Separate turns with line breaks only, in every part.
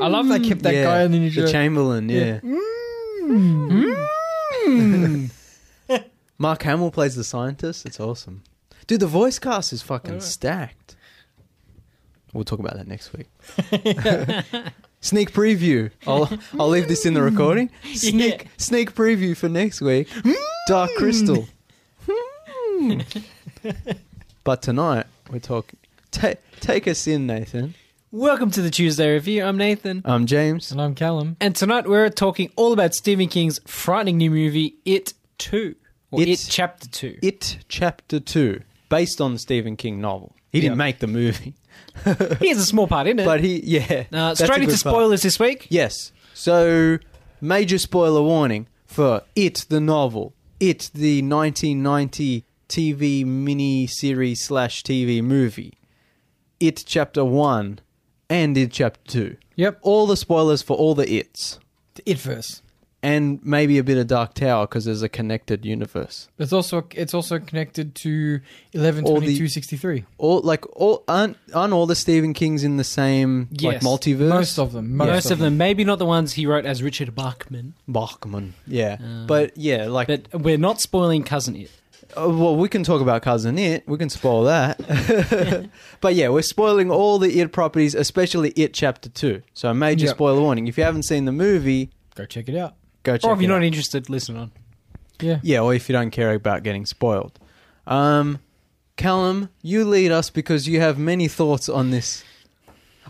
I love they kept that
Yeah,
guy in the New
the
Jersey.
Chamberlain, yeah.
Mm.
Mark Hamill plays the scientist. It's awesome. Dude, the voice cast is fucking stacked. We'll talk about that next week. sneak preview. I'll I'll leave this in the recording. Sneak
Yeah.
sneak preview for next week. Dark Crystal.
Mm.
but tonight we're talking. Ta- take us in, Nathan.
Welcome to the Tuesday Review. I'm Nathan.
Um, James.
and I'm Callum.
And tonight we're talking all about Stephen King's frightening new movie, It 2. Or It,
It-
Chapter 2.
It Chapter Two, based on the Stephen King novel. He didn't
Yeah.
make the movie,
He has a small part in it.
but he yeah.
uh,
that's a
straight
good
into
part.
spoilers this week.
Yes. So, major spoiler warning for It the novel, It the 1990 TV mini series slash TV movie, It Chapter One, and It Chapter Two.
Yep.
All the spoilers for all the Its,
It verse.
and maybe a bit of Dark Tower because there's a connected universe.
It's also it's also connected to eleven
All the-
twenty two sixty three.
all like all aren't, aren't all the Stephen Kings in the same
Yes.
like multiverse?
Most of them. Most,
Most of them, maybe not the ones he wrote as Richard Bachman,
Bachman, yeah,
Uh,
but yeah, like
but we're not spoiling Cousin It.
oh, well, we can talk about Cousin It. We can spoil that, but yeah, we're spoiling all the It properties, especially It Chapter Two. So a major
Yep.
spoiler warning: if you haven't seen the movie,
Go check it out.
go check.
Or if
it
you're
out.
not interested, listen on.
Yeah.
yeah, or if you don't care about getting spoiled, um, Callum, you lead us because you have many thoughts on this.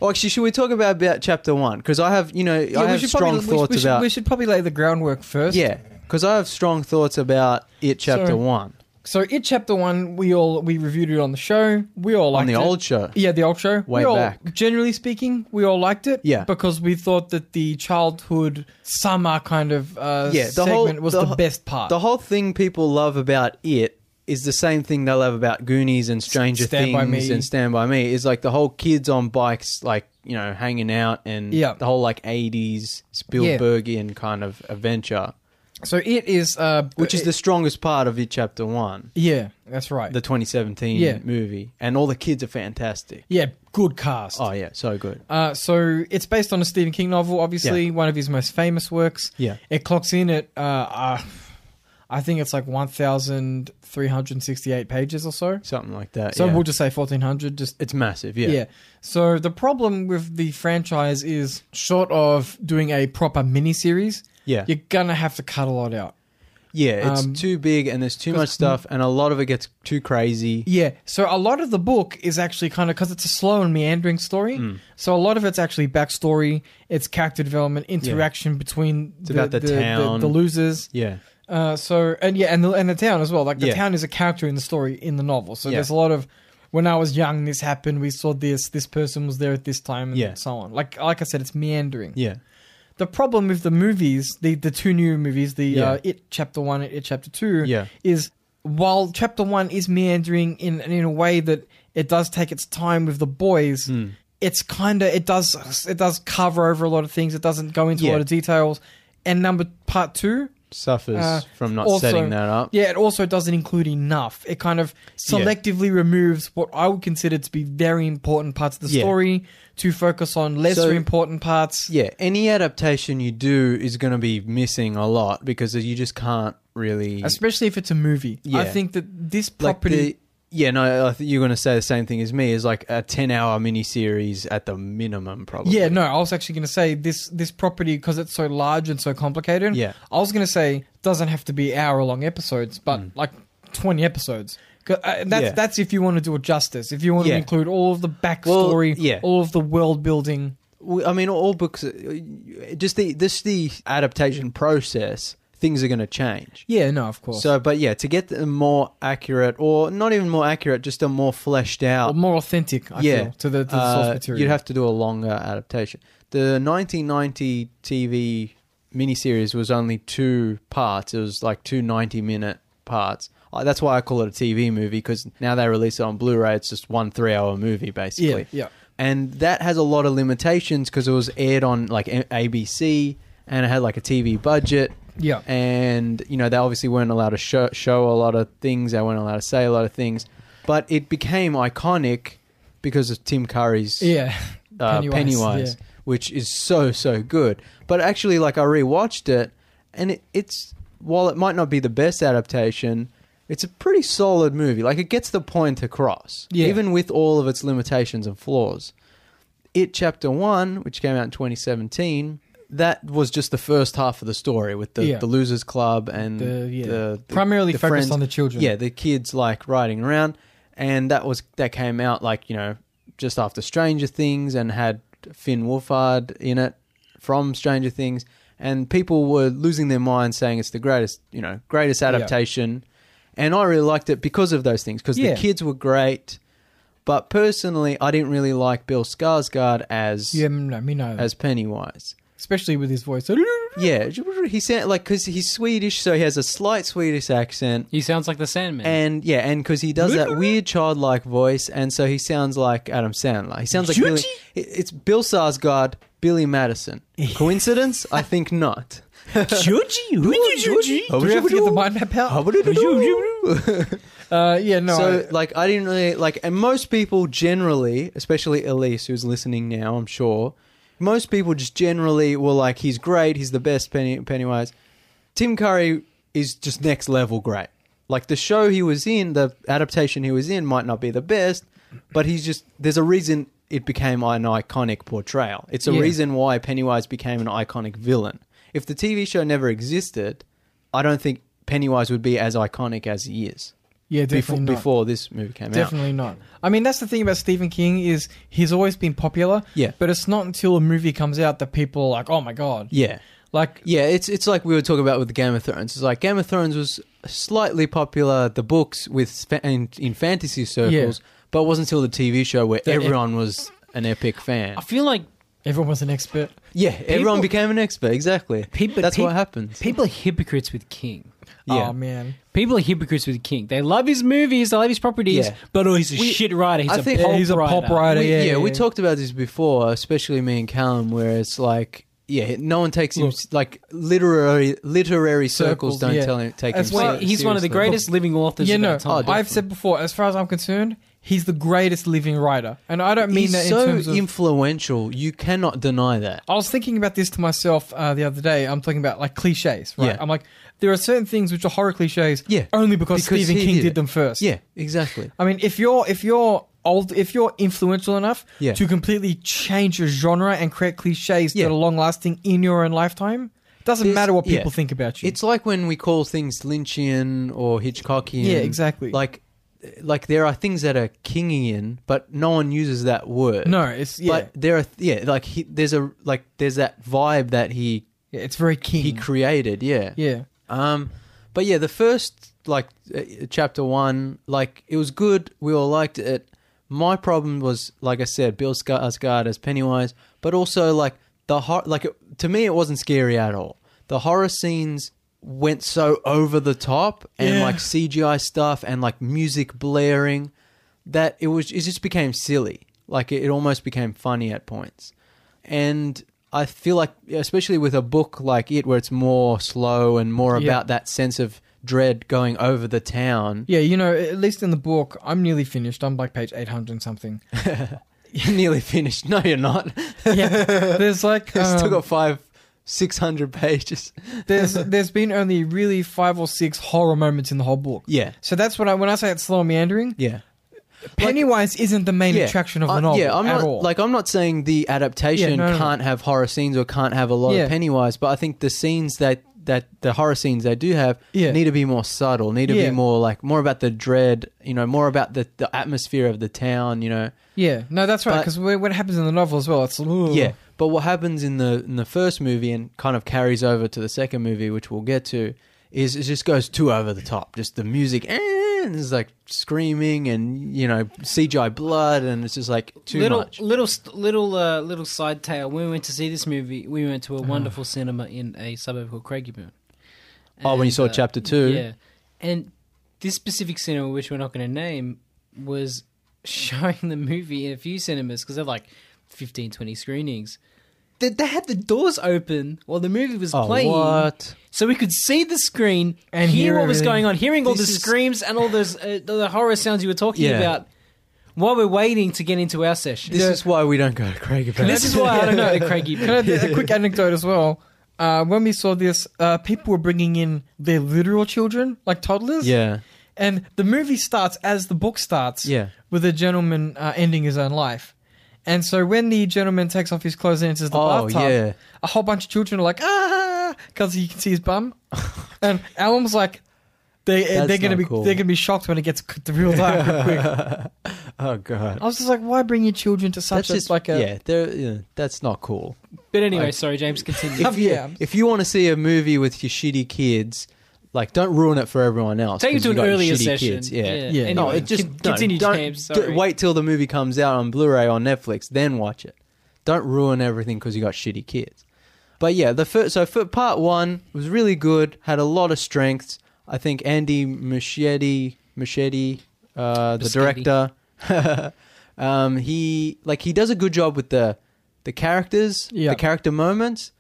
Oh, actually, should we talk about, about chapter one? Because I have, you know, I have strong
probably, we-
thoughts
we, should,
about.
we should probably lay the groundwork first.
Yeah, because I have strong thoughts about it. Chapter
So,
one
So it chapter one, we all we reviewed it on the show. We all
on
liked
the
it.
old show.
Yeah, the old show.
Way
we all,
back.
Generally speaking, we all liked it.
Yeah.
Because we thought that the childhood summer kind of uh,
Yeah, the
segment
whole-
was
the
the,
whole-
best part.
The whole thing people love about it is the same thing they love about Goonies and Stranger
Stand By
Things
Me.
and Stand by Me. Is like the whole kids on bikes, like you know, hanging out and
Yeah.
the whole like eighties Spielbergian kind of adventure,
so it is. Uh,
which is
it-
the strongest part of it. Chapter one,
Yeah, that's right.
the 2017
Yeah.
movie, and all the kids are fantastic.
yeah, good cast.
Oh yeah, so good.
Uh, so it's based on a Stephen King novel, obviously
Yeah.
one of his most famous works.
Yeah.
It clocks in at, uh, uh, I think it's like one thousand three hundred sixty-eight pages or so.
Something like that.
So
yeah.
we'll just say fourteen hundred. Just
it's massive.
yeah. So the problem with the franchise is, short of doing a proper miniseries,
yeah.
you're gonna have to cut a lot out.
Yeah, it's
Um,
too big and there's too much stuff, and a lot of it gets too crazy.
Yeah. So a lot of the book is actually kind of because it's a slow and meandering story.
Hmm.
So a lot of it's actually backstory, it's character development, interaction between
about the town.
the, losers.
Yeah,
Uh, so and yeah, and the, and the town as well. Like the
Yeah.
town is a character in the story in the novel. So
Yeah.
there's a lot of when I was young, this happened. We saw this. This person was there at this time, and
Yeah.
so on. Like like I said, it's meandering.
yeah,
The problem with the movies, the the two new movies, the
Yeah.
uh, It Chapter One and It Chapter Two,
Yeah.
is while Chapter One is meandering in in a way that it does take its time with the boys.
Hmm.
It's kind of it does it does cover over a lot of things. It doesn't go into a
Yeah.
lot of details. And number part two,
suffers
Uh,
from not
also-
setting that up.
yeah, it also doesn't include enough. It kind of selectively removes what I would consider to be very important parts of the
Yeah.
story to focus on lesser
So-
important parts.
Yeah, any adaptation you do is going to be missing a lot because you just can't really
Especially if it's a movie.
Yeah.
I think that this
like
property
the. Yeah, no, I think you're going to say the same thing as me. Is like a ten-hour miniseries at the minimum, probably.
Yeah, no, I was actually going to say this this property because it's so large and so complicated.
Yeah.
I was going to say doesn't have to be hour long episodes, but like twenty episodes. 'Cause, Uh, that's
Mm. Yeah.
that's if you want to do it justice. If you want
Yeah.
to include all of the backstory,
yeah.
all of the world building.
Well, I mean, all books, uh, just the this the adaptation process, things are going to change.
Yeah, no, of course.
So, but yeah, to get the more accurate, or not even more accurate, just a more fleshed out,
Or more authentic, I feel, to the, to the
uh,
source material.
You'd have to do a longer adaptation. The 1990 TV miniseries was only two parts. It was like two 90 minute parts. Uh, That's why I call it a TV movie because now they release it on Blu ray. It's just one three hour movie, basically.
yeah.
And that has a lot of limitations because it was aired on like A- ABC and it had like a TV budget.
Yeah.
And, you know, they obviously weren't allowed to show, show a lot of things. They weren't allowed to say a lot of things. But it became iconic because of Tim Curry's
yeah.
uh, Pennywise,
Pennywise, yeah.
which is so so good. But actually, like I rewatched it, and it, it's while it might not be the best adaptation, it's a pretty solid movie. Like it gets the point across,
Yeah.
even with all of its limitations and flaws. It Chapter One, which came out in 2017, that was just the first half of the story with the,
Yeah.
the Losers Club and
The- yeah.
the, the-
Primarily
the
focused
friends-
on the children.
Yeah, the kids like riding around, and that was that came out like you know just after Stranger Things and had Finn Wolfhard in it from Stranger Things, and people were losing their minds saying it's the greatest you know greatest adaptation, and I really liked it because of those things because
Yeah.
the kids were great, but personally I didn't really like Bill Skarsgård as
Yeah, no, me neither.
as Pennywise.
Especially with his voice.
Yeah, he sound like because he's Swedish, so he has a slight Swedish accent,
He sounds like the Sandman.
and yeah, and because he does that weird childlike voice, and so he sounds like Adam Sandler. He sounds like Billy, it- it's Bill Sarsgaard, Billy Madison. Coincidence? I think not.
Do we have to get the mind map out? Uh, yeah, no.
so
I-
like I didn't really like, and most people generally, especially Elise, who's listening now, I'm sure, most people just generally were like, he's great, he's the best Penny, Pennywise. Tim Curry is just next level great. Like the show he was in, the adaptation he was in might not be the best, but he's just there's a reason it became an iconic portrayal. It's a
Yeah.
reason why Pennywise became an iconic villain. If the TV show never existed, I don't think Pennywise would be as iconic as he is
yeah,
before,
definitely not.
before this movie came out.
Definitely not. I mean, that's the thing about Stephen King is he's always been popular.
Yeah.
But it's not until a movie comes out that people are like, oh my god.
Yeah.
Like,
Yeah, it's it's like we were talking about with Game of Thrones. It's like Game of Thrones was slightly popular the books with fa- in, in fantasy circles, but it wasn't until the TV show where
The-
everyone was an epic fan.
I feel like
everyone was an expert.
Yeah, everyone
people-
became an expert. Exactly.
people.
That's
peop-
what happens.
People are hypocrites with King.
Yeah.
Oh man.
People are hypocrites with King. They love his movies, they love his properties,
Yeah.
but oh, he's a
We-
shit writer. He's
I
a
think-
pulp
Yeah,
he's a
writer.
pop writer.
We-
yeah,
yeah,
yeah,
we
yeah.
talked about this before, especially me and Callum, where it's like, yeah, no one takes him
Look.
like literary literary circles,
Circles,
don't
yeah.
tell him take
As
him.
well-
ser-
He's one of the
seriously.
greatest living authors
Yeah,
of
no.
our time.
Oh,
I've said before, as far as I'm concerned, he's the greatest living writer, and I don't mean
He's
that in
so
terms of.
influential. You cannot deny that.
I was thinking about this to myself uh, the other day. I'm talking about like cliches, right?
Yeah.
I'm like, there are certain things which are horror cliches,
Yeah.
only because,
Because
Stephen
he
King
did
did,
it.
them first.
Yeah, exactly.
I mean, if you're if you're old, if you're influential enough
Yeah.
to completely change your genre and create cliches
Yeah.
that are long lasting in your own lifetime, doesn't
There's-
matter what
yeah.
people think about you.
It's like when we call things Lynchian or Hitchcockian.
Yeah, exactly.
Like, like there are things that are Kingian, but no one uses that word.
no, it's yeah,
But there are yeah, like he, there's a like there's that vibe that he
yeah it's very
he
King.
created. Yeah.
yeah,
Um, but yeah, the first like uh, chapter one, like it was good. We all liked it. My problem was, like I said, Bill Skarsgård as Pennywise, but also like the hor- like it, to me, it wasn't scary at all. The horror scenes went so over the top and
Yeah.
like CGI stuff and like music blaring that it was it just became silly. Like it, it almost became funny at points. And I feel like especially with a book like it where it's more slow and more
Yeah.
about that sense of dread going over the town
yeah. You know, at least in the book, I'm nearly finished. I'm like page eight hundred and something.
you're nearly finished no you're not
Yeah, there's like
You've still
um,
got five six hundred pages
there's there's been only really five or six horror moments in the whole book.
yeah
So that's what I when I say it's slow and meandering.
yeah
Pennywise isn't the main
yeah.
attraction of
I-
the novel
yeah i'm
at
not
all.
like i'm not saying the adaptation
Yeah, no, no,
can't have horror scenes or can't have a lot
Yeah.
of pennywise but i think the scenes that that the horror scenes they do have
Yeah.
need to be more subtle need to
Yeah.
be more like more about the dread you know more about the, the atmosphere of the town you know
yeah, no, that's right.
but-
Because what happens in the novel as well, it's "Ooh."
Yeah, but what happens in the in the first movie and kind of carries over to the second movie, which we'll get to, is it just goes too over the top. Just the music eh, and it's like screaming and you know CGI blood and it's just like too
little,
much.
Little, st- little, uh, little side tale. When we went to see this movie, we went to a wonderful cinema in a suburb called Craigieburn.
Oh, when you
And, uh,
saw Chapter Two?
Yeah, and this specific cinema, which we're not going to name, was showing the movie in a few cinemas because they're like 15, 20 screenings. They, they had the doors open while the movie was
Oh,
playing,
what?
so we could see the screen
And
and hear,
hear
what was
everything.
going on, hearing all the
This is-
screams and all those uh, the horror sounds you were talking
Yeah.
about. while we're waiting to get into our session.
This is why we don't go to Craig about
This is why I don't know the Craigie
Can I do a quick anecdote as well? Uh, when we saw this, uh, people were bringing in their literal children, like toddlers.
Yeah.
And the movie starts as the book starts.
Yeah.
With a gentleman uh, ending his own life. And so when the gentleman takes off his clothes and enters the
Oh,
bathtub,
yeah.
a whole bunch of children are like, ah, because you can see his bum. and Alan's like, they,
That's
they're gonna
not
be
cool.
they're gonna be shocked when it gets c- real dark real quick.
Oh god.
I was just like, why bring your children to such
That's
a,
just
like a
yeah, they're- yeah. That's not cool.
But anyway,
Like-
sorry, James, continue.
Yeah.
If you, if you want to see a movie with your shitty kids, like don't ruin it for everyone else.
Take it
'cause
to
you
an
got your
earlier
shitty
session.
kids. Yeah.
Yeah.
Anyway,
no, it just
con-
no,
continue,
don't-
James.
d-
Sorry.
wait till the movie comes out on Blu-ray on Netflix, then watch it. Don't ruin everything because you got shitty kids. But yeah, the fir- so for part one was really good. Had a lot of strengths. I think Andy Muschietti, Muschietti, uh, the
Muschietti.
director, um, he like he does a good job with the the characters,
Yeah.
the character moments,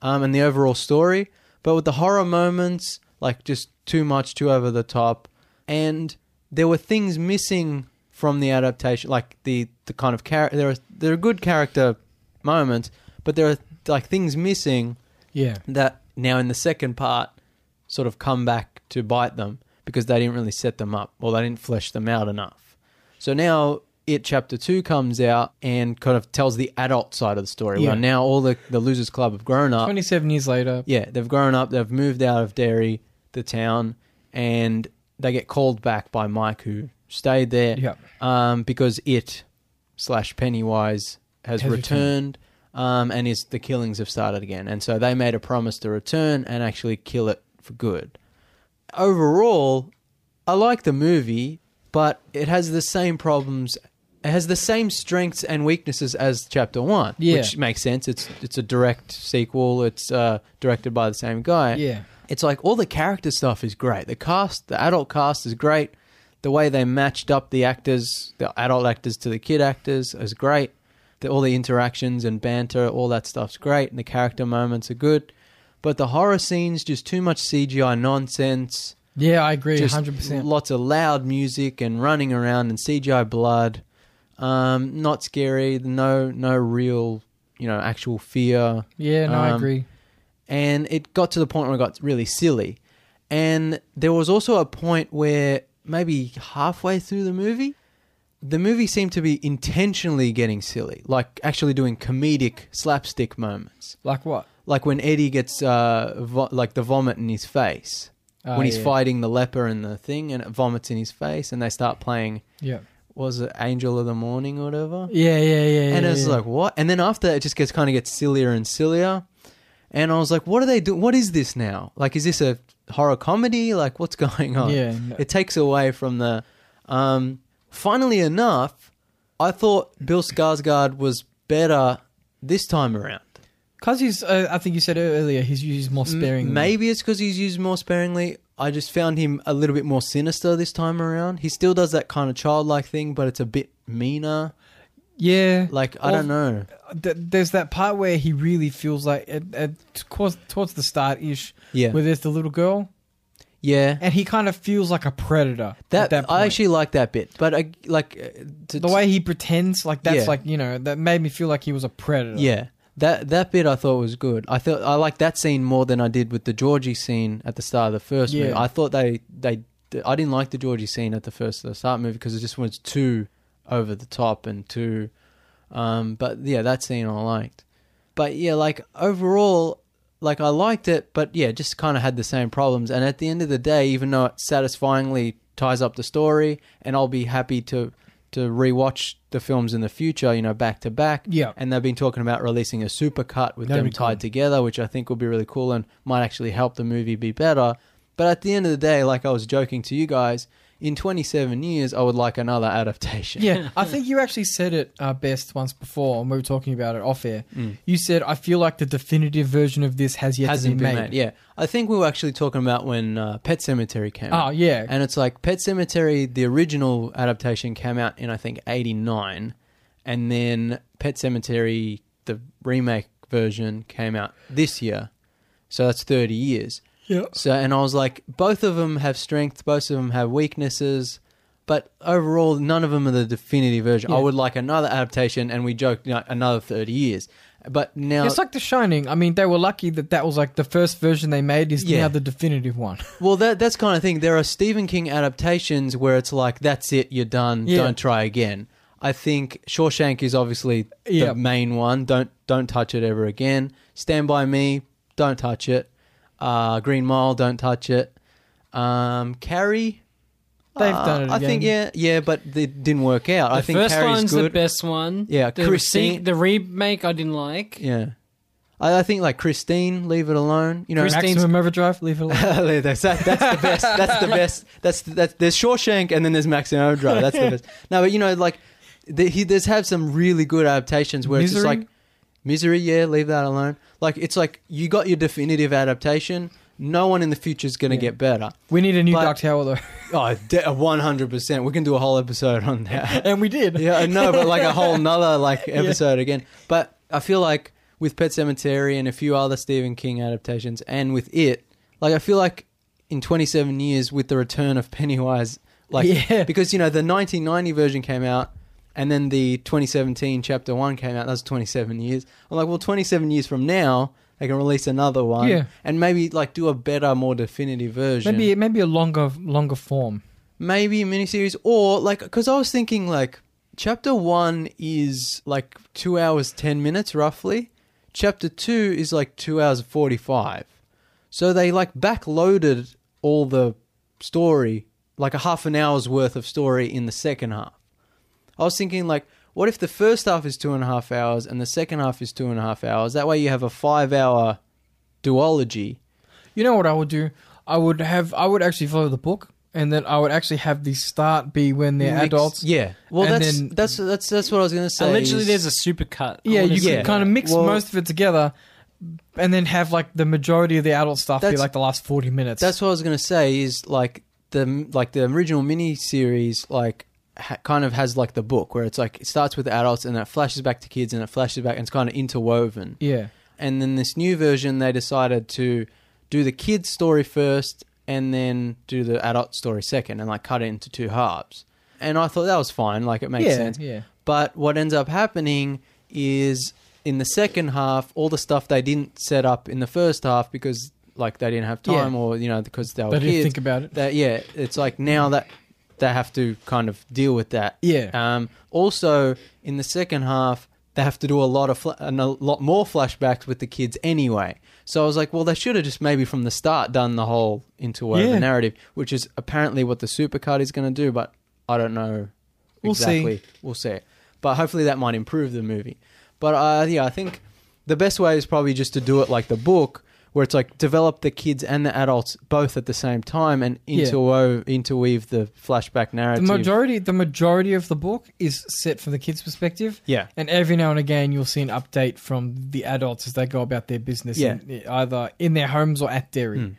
um, and the overall story. But with the horror moments, like just too much, too over the top, and there were things missing from the adaptation, like the the kind of character. There are there are good character moments, but there are like things missing
yeah.
that now in the second part sort of come back to bite them because they didn't really set them up or they didn't flesh them out enough. So now it chapter two comes out and kind of tells the adult side of the story.
Yeah.
Well, now all the the losers club have grown up.
Twenty seven years later.
Yeah, they've grown up. They've moved out of Derry, the town, and they get called back by Mike, who stayed there.
Yeah.
Um, because it slash Pennywise has,
Has
returned, um, and is the killings have started again. And so they made a promise to return and actually kill it for good. Overall, I like the movie, but it has the same problems. It has the same strengths and weaknesses as Chapter One,
Yeah.
which makes sense. It's it's a direct sequel. It's uh, directed by the same guy.
Yeah.
It's like all the character stuff is great. The cast, the adult cast is great. The way they matched up the actors, the adult actors to the kid actors is great. The, all the interactions and banter, all that stuff's great. And the character moments are good. But the horror scenes, just too much CGI nonsense
Yeah, I agree,
just
hundred percent.
Lots of loud music and running around and CGI blood. Um, not scary. No, no real, you know, actual fear.
Yeah, no, I
Um,
agree.
And it got to the point where it got really silly. And there was also a point where maybe halfway through the movie, the movie seemed to be intentionally getting silly, like actually doing comedic slapstick moments
Like what?
like when Eddie gets uh, vo- like the vomit in his face
Oh,
when he's
yeah.
fighting the leper and the thing, and it vomits in his face, and they start playing
Yeah.
what was it Angel of the Morning or whatever,
Yeah, yeah, yeah.
and
yeah,
it's
yeah.
like what? And then after that, it just gets kind of gets sillier and sillier, and I was like, what are they doing? What is this now? Like, is this a horror comedy? Like, what's going on?
Yeah, no.
it takes away from the. Um, funnily enough, I thought Bill Skarsgård was better this time around.
Because he's, uh, I think you said earlier, he's used more
M-
sparingly.
Maybe it's because he's used more sparingly. I just found him a little bit more sinister this time around. He still does that kind of childlike thing, but it's a bit meaner.
Yeah.
Like I
Or-
don't know.
Th- there's that part where he really feels like, it, it, towards, towards the start ish,
Yeah,
where there's the little girl,
yeah.
and he kind of feels like a predator. at
That,
that point.
I actually like that bit, but I like uh, to,
the way he pretends, like that's
Yeah.
like you know, that made me feel like he was a predator.
Yeah, that that bit I thought was good. I thought I liked that scene more than I did with the Georgie scene at the start of the first
Yeah.
movie. I thought they they I didn't like the Georgie scene at the first of the start movie because it just was too over the top and too. Um, but yeah, that scene I liked. But yeah, like overall, like I liked it, but yeah, just kind of had the same problems. And at the end of the day, even though it satisfyingly ties up the story, and I'll be happy to to rewatch the films in the future, you know, back to back.
Yeah.
And they've been talking about releasing a supercut with
That'd
them
be cool.
tied together, which I think will be really cool and might actually help the movie be better. But at the end of the day, like I was joking to you guys, in 27 years, I would like another adaptation.
Yeah, I think you actually said it uh, best once before, and we were talking about it off air.
Mm.
You said, "I feel like the definitive version of this has yet
Hasn't
to be
been
made."
made. Yeah. I think we were actually talking about when uh, Pet Cemetery came out.
Oh yeah,
And it's like Pet Cemetery, the original adaptation came out in I think '89, and then Pet Cemetery, the remake version, came out this year. So that's 30 years.
yeah.
So and I was like, both of them have strengths, both of them have weaknesses. But overall, none of them are the definitive version. I would like another adaptation, and we joked you know, another thirty years. But now,
It's like The Shining. I mean, they were lucky that that was like the first version they made is
Yeah.
now the definitive one.
well, that that's kind of thing. There are Stephen King adaptations where it's like, that's it, you're done.
Yeah.
Don't try again. I think Shawshank is obviously
Yeah.
the main one. Don't don't touch it ever again. Stand by Me. Don't touch it. Uh, Green Mile. Don't touch it. Um, Carrie.
They've
uh,
done it.
I think
again.
yeah, yeah, but it didn't work out. I
The
think
first
Carrie's
one's
good.
the best one.
Yeah,
the,
Christine-
se- the remake I didn't like.
Yeah. I, I think like Christine, leave it alone. You know,
Maximum Overdrive. Leave it alone.
that's, that's the best. That's the best. That's that's there's Shawshank and then there's Maximum Overdrive. That's the best. No, but you know, like the, he, there's have some really good adaptations where it's just
Misery?
like misery. Yeah, leave that alone. Like it's like you got your definitive adaptation. No one in the future is going to get better.
we need a new
But-
Dark Tower though,
Oh, one hundred percent. We can do a whole episode on that.
and we did.
Yeah, I know, but like a whole nother like episode again. But I feel like with Pet Cemetery and a few other Stephen King adaptations, and with it, like I feel like in 27 years with the return of Pennywise, like
Yeah.
because you know the 1990 version came out. And then the 2017 chapter one came out. That's 27 years. I'm like, well, 27 years from now, they can release another one,
Yeah.
and maybe like do a better, more definitive version
Maybe maybe a longer longer form.
maybe a miniseries or like because I was thinking like chapter one is like two hours ten minutes roughly, chapter two is like two hours forty five, so they like backloaded all the story like a half an hour's worth of story in the second half. I was thinking like. What if the first half is two and a half hours and the second half is two and a half hours? That way you have a five hour duology.
You know what I would do? I would have I would actually follow the book, and then I would actually have the start be when they're
Mix-
adults.
Yeah. Well,
And
that's,
then-
that's that's that's what I was gonna say.
Allegedly,
is-
Uh, there's a supercut. I
Yeah,
wanna
you
see
yeah.
could kind of mix
Well-
most of it together, and then have like the majority of the adult stuff be
That's-
like the last forty minutes.
That's what I was gonna say. Is like the like the original mini series like ha- kind of has like the book where it's like it starts with adults and then it flashes back to kids and it flashes back and it's kind of interwoven.
yeah.
And then this new version, they decided to do the kids story first and then do the adult story second and like cut it into two halves. And I thought that was fine. Like it makes
yeah,
sense.
yeah.
But what ends up happening is in the second half, all the stuff they didn't set up in the first half because like they didn't have time
Yeah.
or you know because they were
They didn't
kids.
think about it.
That yeah, it's like now that they have to kind of deal with that.
Yeah.
Um, also, in the second half, they have to do a lot of fla- and a lot more flashbacks with the kids anyway. So I was like, well, they should have just maybe from the start done the whole interwoven
Yeah.
narrative, which is apparently what the supercard is going to do. But I don't know
We'll see.
exactly. We'll see. But hopefully that might improve the movie. But uh, yeah, I think the best way is probably just to do it like the book, where it's like develop the kids and the adults both at the same time and
Yeah.
interwove, interweave the flashback
The
narrative.
majority the majority of the book is set from the kids' perspective.
yeah.
And every now and again, you'll see an update from the adults as they go about their business,
Yeah.
in, either in their homes or at dairy.
Mm.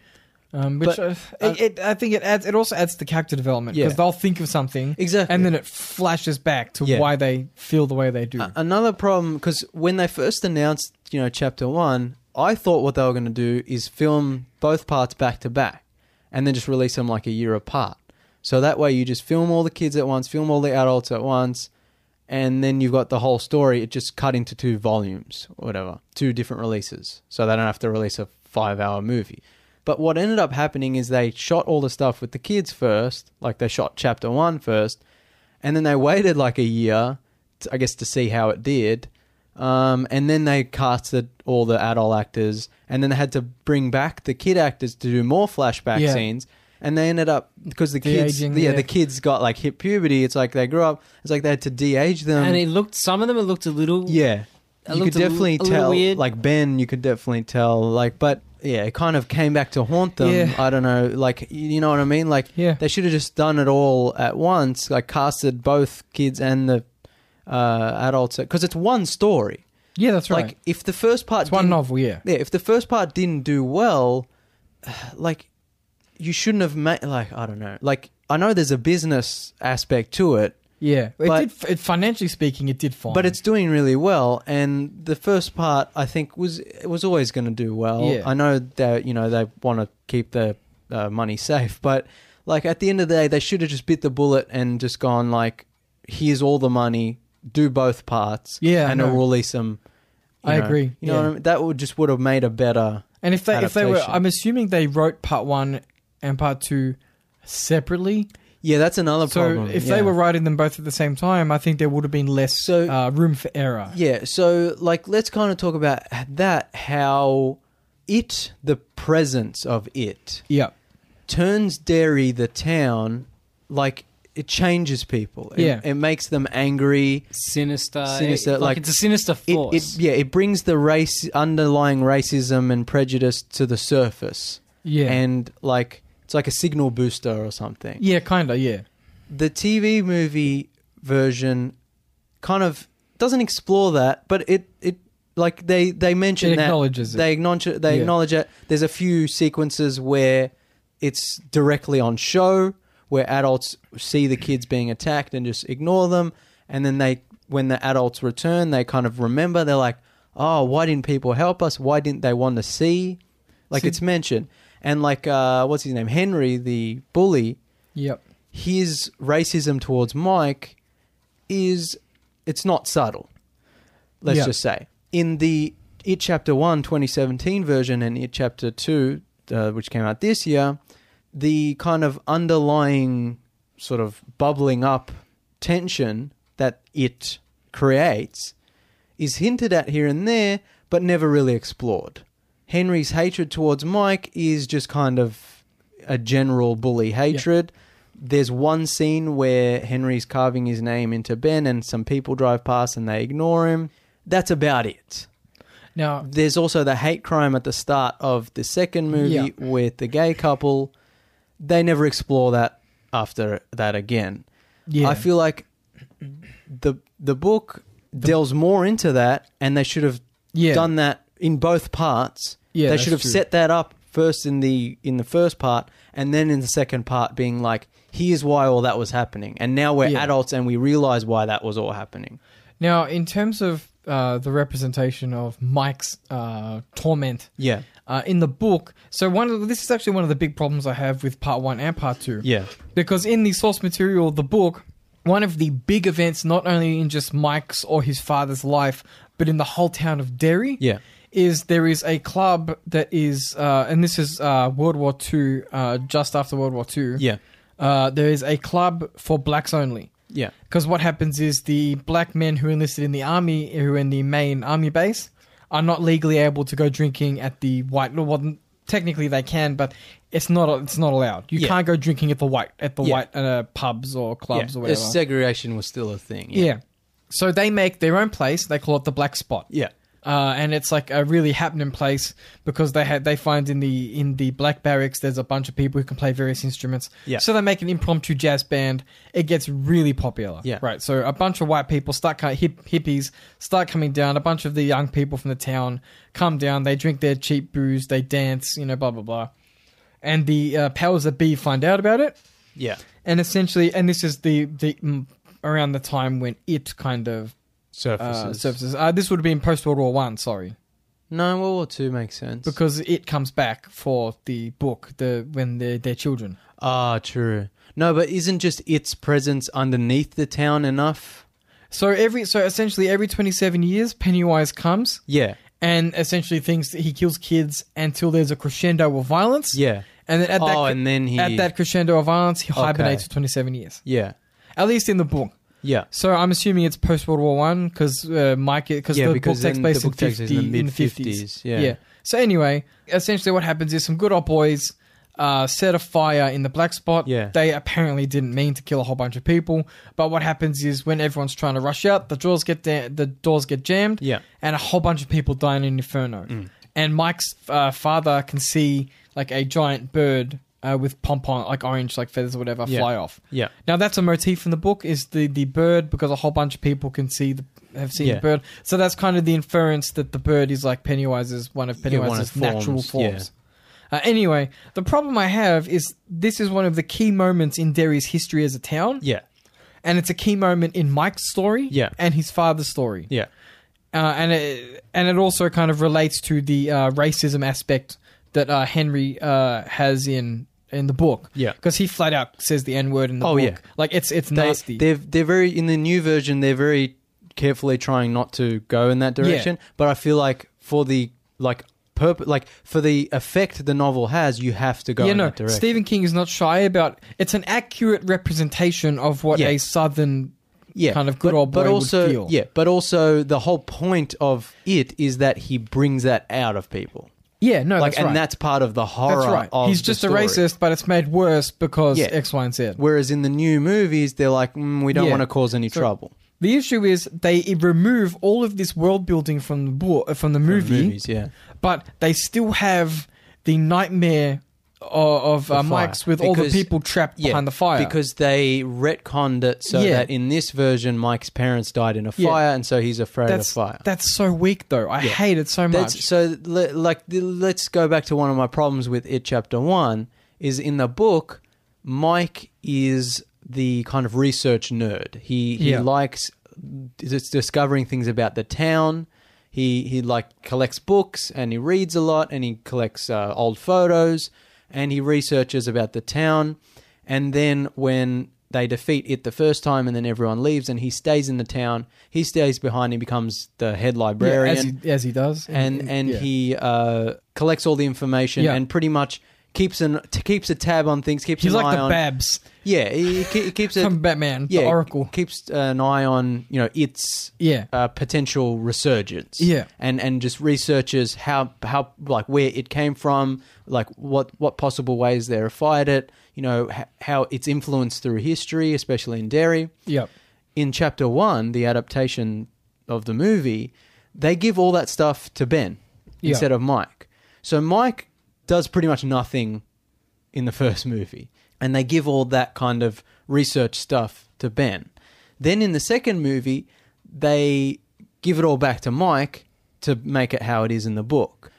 Um, which
But,
uh,
uh,
it, it, I think it adds. It also adds to the character development because
Yeah.
they'll think of something
Exactly.
and then it flashes back to
Yeah. Uh,
why they feel the way they do.
A- another problem because when they first announced, you know, chapter one, I thought what they were going to do is film both parts back to back, and then just release them like a year apart. So that way, you just film all the kids at once, film all the adults at once, and then you've got the whole story. It just cut into two volumes, or whatever, two different releases. So they don't have to release a five-hour movie. But what ended up happening is they shot all the stuff with the kids first, like they shot chapter one first, and then they waited like a year, t I I guess, to see how it did. Um, and then they casted all the adult actors, and then they had to bring back the kid actors to do more flashback
Yeah.
scenes. And they ended up because the
The
kids,
aging,
yeah,
yeah.
the kids got like hit puberty. It's like they grew up. It's like they had to de-age them.
and it looked. Some of them it looked a little.
um, yeah,
it
you could
looked a l-
definitely
a little
tell.
weird.
Like Ben, you could definitely tell. Like, but yeah, it kind of came back to haunt them.
Yeah.
I don't know. Like, y- you know what I mean? Like,
Yeah.
they should have just done it all at once. Like, casted both kids and the uh, adults because it's one story.
yeah, that's right.
Like, if the first part
it's one
didn't-
novel. Yeah,
yeah, if the first part didn't do well, like you shouldn't have made like I don't know. Like I know there's a business aspect to it,
yeah. It
But-
did, f- it, financially speaking, it did fine.
but it's doing really well and the first part I think was it was always going to do well.
Yeah.
I know that you know they want to keep their uh, money safe, but Like at the end of the day, they should have just bit the bullet and just gone like, "Here's all the money, do both parts,
Yeah,
and
no.
it'll release them." you
I
know.
agree,
You know what
yeah.
I mean? That would just would have made a better.
And if they if they were,
Adaptation.
I'm assuming they wrote part one and part two separately.
Yeah, that's another
so
problem.
if
yeah.
they were writing them both at the same time, I think there would have been less
So-
uh, room for error.
Yeah, so like let's kind of talk about that how it the presence of it
Yeah.
turns Derry the town like it changes people. It-
Yeah.
It, makes them angry.
Sinister.
Sinister,
Like,
like-
it's a sinister
It,
force.
it yeah, it brings the race underlying racism and prejudice to the surface.
Yeah.
And like it's like a signal booster or something.
yeah, kind of, yeah.
the TV movie version kind of doesn't explore that, but it it like they they mention
It
that
acknowledges it.
they acknowledge they
Yeah.
acknowledge it. There's a few sequences where it's directly on show where adults see the kids being attacked and just ignore them, and then they when the adults return, they kind of remember. They're like, "Oh, why didn't people help us? Why didn't they want to see?" Like
See-
it's mentioned, and like uh, what's his name, Henry the bully
Yep.
his racism towards Mike is it's not subtle. Let's
Yeah.
just say in the It Chapter 1 2017 version and It Chapter 2 uh, which came out this year, the kind of underlying sort of bubbling up tension that it creates is hinted at here and there but never really explored. Henry's hatred towards Mike is just kind of a general bully hatred there's one scene where Henry's carving his name into Ben and some people drive past and they ignore him. That's about it.
Now,
There's also the hate crime at the start of the second movie
Yeah.
with the gay couple. They never explore that after that again.
yeah.
I feel like the the book delves more into that and they should have
yeah.
done that in both parts.
Yeah,
they
that's
should have
true.
set that up first in the in the first part, and then in the second part, being like, "Here's why all that was happening," and now we're
Yeah.
adults and we realize why that was all happening.
Now, in terms of uh, the representation of Mike's uh, torment
Yeah,
uh, in the book, so one of the, this is actually one of the big problems I have with part one and part two.
yeah,
because in the source material of the book, one of the big events, not only in just Mike's or his father's life, but in the whole town of Derry,
Yeah.
is there is a club that is, uh, and this is uh, World War II, uh, just after World War II.
yeah,
Uh, there is a club for blacks only.
yeah,
Because what happens is the black men who enlisted in the army, who are in the main army base, are not legally able to go drinking at the white. Well, technically they can, but it's not it's not allowed. You
Yeah.
can't go drinking at the white at the
Yeah.
white uh, pubs or clubs or
yeah.
whatever.
Segregation was still a thing.
yeah. So they make their own place. They call it the Black Spot.
yeah,
Uh, and it's like a really happening place because they had they find in the in the black barracks there's a bunch of people who can play various instruments.
Yeah.
So they make an impromptu jazz band. It gets really popular.
Yeah.
Right. So a bunch of white people start co- hip, hippies start coming down. A bunch of the young people from the town come down. They drink their cheap booze. They dance. You know, blah blah blah. And the uh, powers that be find out about it
yeah,
and essentially and this is the the mm, around the time when it kind of
surfaces.
uh, surfaces. Uh, this would have been post World War One. Sorry.
No, World War Two makes sense.
because it comes back for the book the when they're, they're children
ah, true. No, but isn't just its presence underneath the town enough?
so every so essentially every 27 years pennywise comes
Yeah,
and essentially thinks that he kills kids until there's a crescendo of violence
yeah,
and then at that
Oh, and then he-
at that crescendo of violence he hibernates for 27 years
yeah,
at least in the book
yeah.
so i'm assuming it's post world war one because uh, mike because
Yeah,
the
because
book takes
then
place
the
in,
book takes
50,
place in the
in the 50s,
mid-fifties, yeah.
so anyway essentially what happens is some good old boys uh, set a fire in the black spot
Yeah.
they apparently didn't mean to kill a whole bunch of people but what happens is when everyone's trying to rush out the doors get da- the doors get jammed
Yeah. Mm.
and a whole bunch of people die in an inferno and mike's uh, father can see like a giant bird uh, with pom pom like orange like feathers or whatever
Yeah.
fly off
Yeah.
now that's a motif in the book is the the bird because a whole bunch of people can see the have seen
Yeah.
the bird. So that's kind of the inference that the bird is like Pennywise's one of
Yeah, one
Pennywise's
of
natural
forms, yeah.
forms. Uh, anyway, the problem I have is this is one of the key moments in Derry's history as a town,
Yeah.
and it's a key moment in Mike's story
Yeah.
and his father's story,
Yeah.
uh, and it, and it also kind of relates to the uh, racism aspect that uh, Henry uh, has in in the book.
Yeah.
because he flat out says the N word in the
Oh,
book.
yeah.
like it's it's
they,
nasty.
They're they're very in the new version. They're very carefully trying not to go in that direction. But I feel like for the like purpose, like for the effect the novel has, you have to go
you
in
know,
that direction.
Stephen King is not shy about. It's an accurate representation of what
Yeah.
a southern
yeah,
kind of good
but,
old boy
but
would
also,
feel.
Yeah, but also the whole point of it is that he brings that out of people.
yeah no
like,
that's
and
right.
that's part of the horror.
that's right.
Of
He's
the
just a
story.
racist, but it's made worse because
Yeah.
X, Y, and Z.
Whereas in the new movies, they're like, mm, we don't
Yeah.
want to cause any
So-
trouble.
The issue is they remove all of this world building from the book, from the movie,
movies, yeah.
but they still have the nightmare of, of uh,
The fire.
Mike's with all the
Because-
people trapped
Yeah,
behind the fire.
because they retconned it so
Yeah.
that in this version, Mike's parents died in a
Yeah.
fire, and so he's afraid
that's
of fire.
that's so weak though. I hate it so much.
That's, so, le- like, the- let's go back to one of my problems with it. Chapter one is in the book. Mike is the kind of research nerd. He he
Yeah.
likes dis- discovering things about the town. He he like collects books and he reads a lot and he collects uh, old photos and he researches about the town. And then when they defeat it the first time and then everyone leaves and he stays in the town, he stays behind. He becomes the head
Yeah,
librarian
as, he, as he does,
and and
yeah.
he uh, collects all the information
Yeah.
and pretty much keeps an t- keeps a tab on things. Keeps
he's
an eye
like the
on,
Babs
Yeah, he, ke- he keeps a
from Batman,
yeah
the Oracle.
keeps an eye on you know its
Yeah,
uh, potential resurgence.
Yeah.
and and just researches how how like where it came from, like what what possible ways they refired it. You know h- how it's influenced through history, especially in Derry
yeah,
in chapter one, the adaptation of the movie, they give all that stuff to Ben
Yeah.
instead of Mike. So Mike does pretty much nothing in the first movie, and they give all that kind of research stuff to Ben. Then in the second movie, they give it all back to Mike to make it how it is in the book.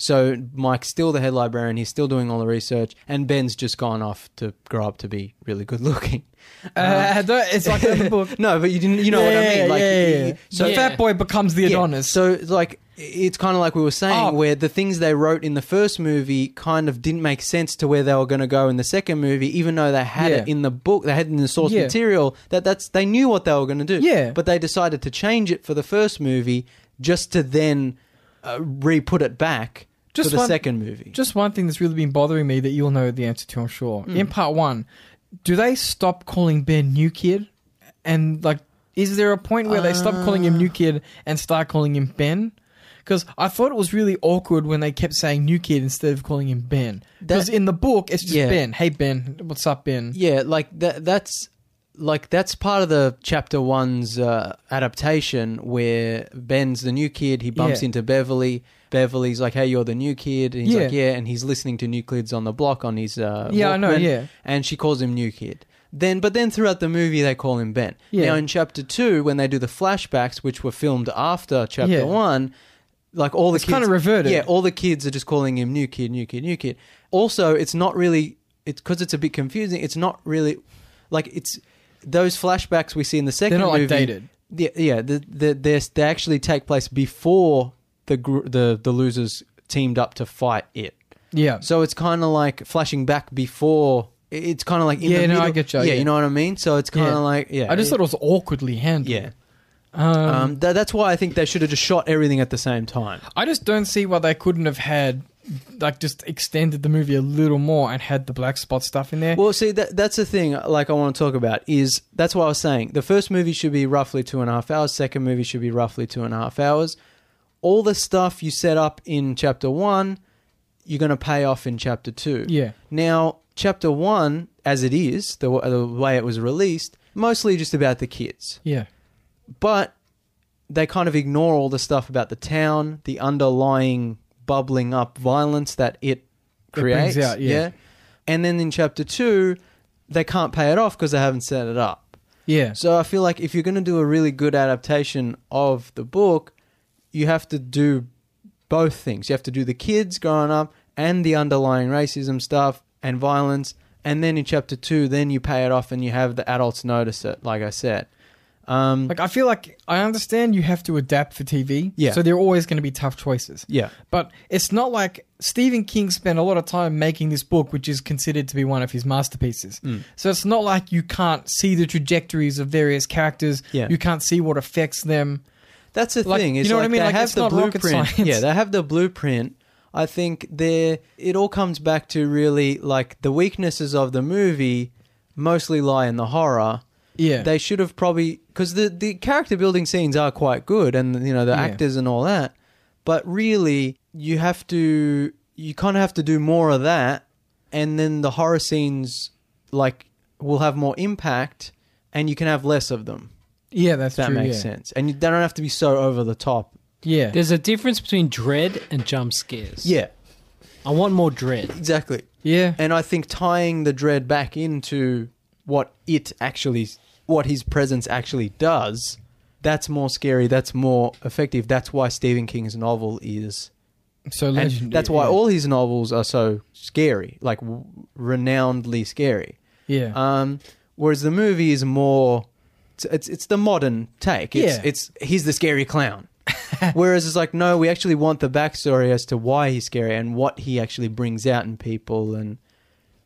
So Mike's still the head librarian, he's still doing all the research, and Ben's just gone off to grow up to be really good looking.
Uh, I don't- it's like in the book.
No, but you didn't. You know what I
Yeah,
mean? Like,
yeah, yeah, yeah.
so
the
Yeah.
fat boy becomes the
yeah.
Adonis.
So like, it's kind of like we were saying,
Oh.
where the things they wrote in the first movie kind of didn't make sense to where they were going to go in the second movie, even though they had it
Yeah.
in the book, they had it in the source
Yeah.
material. That that's they knew what they were going to do.
Yeah.
but they decided to change it for the first movie just to then uh, re put it back
Just
for the
one-
second movie.
Just one thing that's really been bothering me that you'll know the answer to, I'm sure.
Hmm.
In part one, do they stop calling Ben New Kid? And like, is there a point where they stop calling
Uh.
him New Kid and start calling him Ben? Because I thought it was really awkward when they kept saying New Kid instead of calling him Ben. Because
That-
in the book, it's just
Yeah.
Ben. Hey Ben, what's up, Ben?
Yeah, like that. That's like that's part of the chapter one's uh, adaptation where Ben's the new kid. He bumps
Yeah.
into Beverly. Beverly's like, "Hey, you're the new kid." And he's like,
Yeah.
"Yeah," and he's listening to New Kids on the Block on his uh,
Yeah, I know,
Walkman,
yeah.
and she calls him new kid. Then, but then throughout the movie, they call him Ben.
Yeah.
Now in chapter two, when they do the flashbacks, which were filmed after chapter
Yeah.
one, like all the
It's
kids
kinda reverted.
Yeah, all the kids are just calling him new kid, new kid, new kid. Also, it's not really it's because it's a bit confusing. It's not really like it's those flashbacks we see in the 2nd
They're not, like,
movie.
dated.
Yeah, yeah. The, the, they're- they actually take place before the gr- the the losers teamed up to fight it.
Yeah.
So it's kind of like flashing back before. it- It's kind of like in
Yeah,
the
no, I
middle-
get you,
Yeah,
yeah.
you know what I mean. So it's kind of
Yeah.
like yeah.
I just
it-
thought it was awkwardly handled.
yeah.
Um,
Um, tha- that's why I think they should have just shot everything at the same time.
I just don't see why they couldn't have had like just extended the movie a little more and had the black spot stuff in there.
Well, see, that, that's the thing. Like, I want to talk about is that's what I was saying. The first movie should be roughly two and a half hours. Second movie should be roughly two and a half hours. All the stuff you set up in chapter one, you're going to pay off in chapter two.
Yeah.
Now, chapter one, as it is, the, w- the way it was released, mostly just about the kids,
yeah.
but they kind of ignore all the stuff about the town, the underlying bubbling up violence that it
brings
creates.
out, yeah.
And then in chapter two, they can't pay it off because they haven't set it up.
Yeah.
So I feel like if you're going to do a really good adaptation of the book, you have to do both things. You have to do the kids growing up and the underlying racism stuff and violence. And then in chapter two, then you pay it off and you have the adults notice it, like I said. Um,
Like I feel like I understand you have to adapt for TV.
Yeah.
So there are always going to be tough choices.
yeah,
But it's not like Stephen King spent a lot of time making this book, which is considered to be one of his masterpieces.
Mm.
So it's not like you can't see the trajectories of various characters.
Yeah.
You can't see what affects them.
that's the
Like,
thing.
you
Is
know what
like
I mean?
They
Like,
have
it's
the
not rocket
blueprint.
science.
Yeah, they have the blueprint. I think there it all comes back to really like the weaknesses of the movie mostly lie in the horror.
Yeah.
They should have probably because the the character building scenes are quite good, and you know the
Yeah.
actors and all that. But really, you have to you kind of have to do more of that, and then the horror scenes like will have more impact, and you can have less of them.
yeah, that's
If that
true.
makes
yeah.
sense, and you, they don't have to be so over the top.
Yeah.
There's a difference between dread and jump scares. I want more dread.
exactly.
Yeah.
And I think tying the dread back into what it actually, what his presence actually does, that's more scary. That's more effective. That's why Stephen King's novel is,
So
and
legendary.
that's why
yeah.
all his novels are so scary, like w- renownedly scary.
Yeah.
Um, whereas the movie is more, it's it's, it's the modern take. It's,
Yeah.
it's he's the scary clown. whereas it's like no, we actually want the backstory as to why he's scary and what he actually brings out in people, and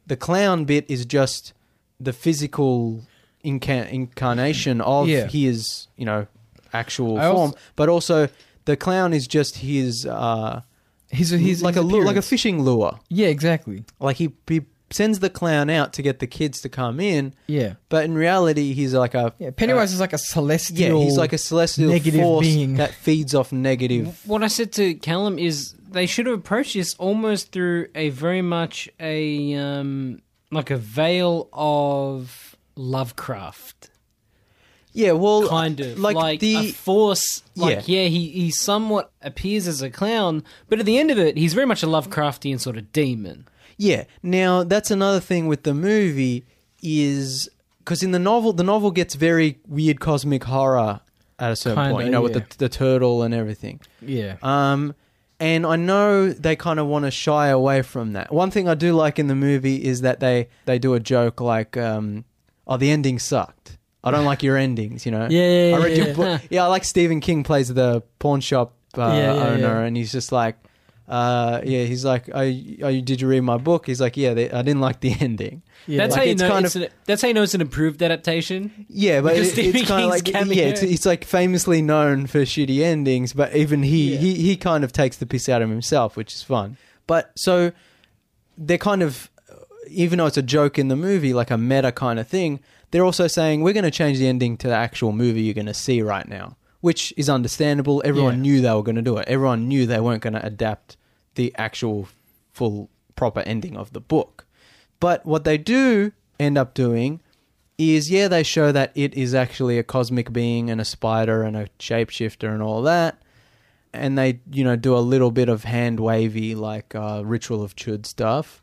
the clown bit is just the physical inca- incarnation of
Yeah.
his you know actual
I also-
form, but also. The clown is just his, uh,
he's a, he's
like a
his
lu- like a
appearance.
fishing lure.
Yeah, exactly.
Like he, he sends the clown out to get the kids to come in,
Yeah.
but in reality, he's like a
Yeah, Pennywise
a-
is like a
Uh, yeah,
celestial.
he's like a celestial
negative
force
being.
that feeds off negative.
What I said to Callum is they should have approached this almost through a very much a um, like a veil of Lovecraft
Yeah, well,
kind of
like,
like,
the
a force. Like yeah, he he somewhat appears as a clown, but at the end of it, he's very much a Lovecraftian sort of demon.
yeah. Now that's another thing with the movie is because in the novel, the novel gets very weird cosmic horror at a certain
Kinda,
point. You know,
yeah.
with the, the turtle and everything.
yeah.
Um, and I know they kind of want to shy away from that. One thing I do like in the movie is that they they do a joke like, um, "Oh, the ending sucked. I don't like your endings." You know?
Yeah, yeah, yeah,
I read
yeah.
your book. Yeah, I like Stephen King plays the pawn shop uh,
Yeah, yeah,
owner,
yeah.
and he's just like. Uh, yeah, he's like, oh, you, oh, you- did you read my book? He's like, yeah, they, I didn't like the ending.
yeah.
that's
like
how you
it's
know.
kind
it's
of-
an, that's how you know it's an improved adaptation.
Yeah, but
Because
it,
Stephen
it's kind of
King's
like,
cameo.
yeah, it's, it's like famously known for shitty endings, but even he,
Yeah.
he, he kind of takes the piss out of himself, which is fun. But so they're kind of, even though it's a joke in the movie, like a meta kind of thing, they're also saying, we're going to change the ending to the actual movie you're going to see right now, which is understandable. Everyone
Yeah.
knew they were going to do it, everyone knew they weren't going to adapt the actual full proper ending of the book. But what they do end up doing is, yeah, they show that it is actually a cosmic being and a spider and a shapeshifter and all that. And they, you know, do a little bit of hand wavy, like uh, ritual of chud stuff.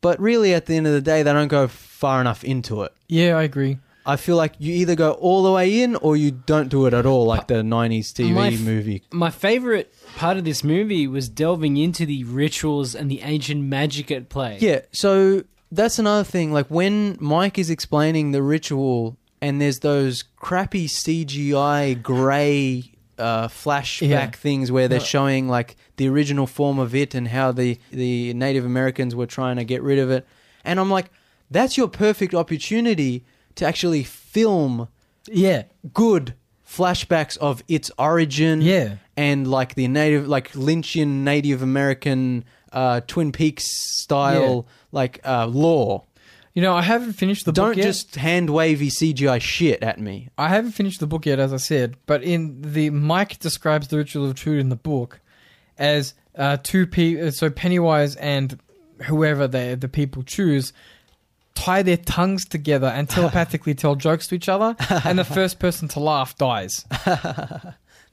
But really, at the end of the day, they don't go far enough into it.
yeah, I agree.
I feel like you either go all the way in or you don't do it at all, like the 90s TV
My f-
movie.
My favorite part of this movie was delving into the rituals and the ancient magic at play.
Yeah, so that's another thing. Like when Mike is explaining the ritual, and there's those crappy CGI grey uh, flashback
Yeah.
things where they're showing like the original form of it and how the the Native Americans were trying to get rid of it, and I'm like, that's your perfect opportunity to actually film
Yeah.
good flashbacks of its origin
Yeah.
and like the native like lynchian native american uh twin peaks style like uh lore
You know, I haven't finished the book
don't
yet.
just hand wavy cgi shit at me
I haven't finished the book yet, as I said, but in the Mike describes the ritual of truth in the book as uh, two people. So Pennywise and whoever they the people choose tie their tongues together and telepathically tell jokes to each other, and the first person to laugh dies.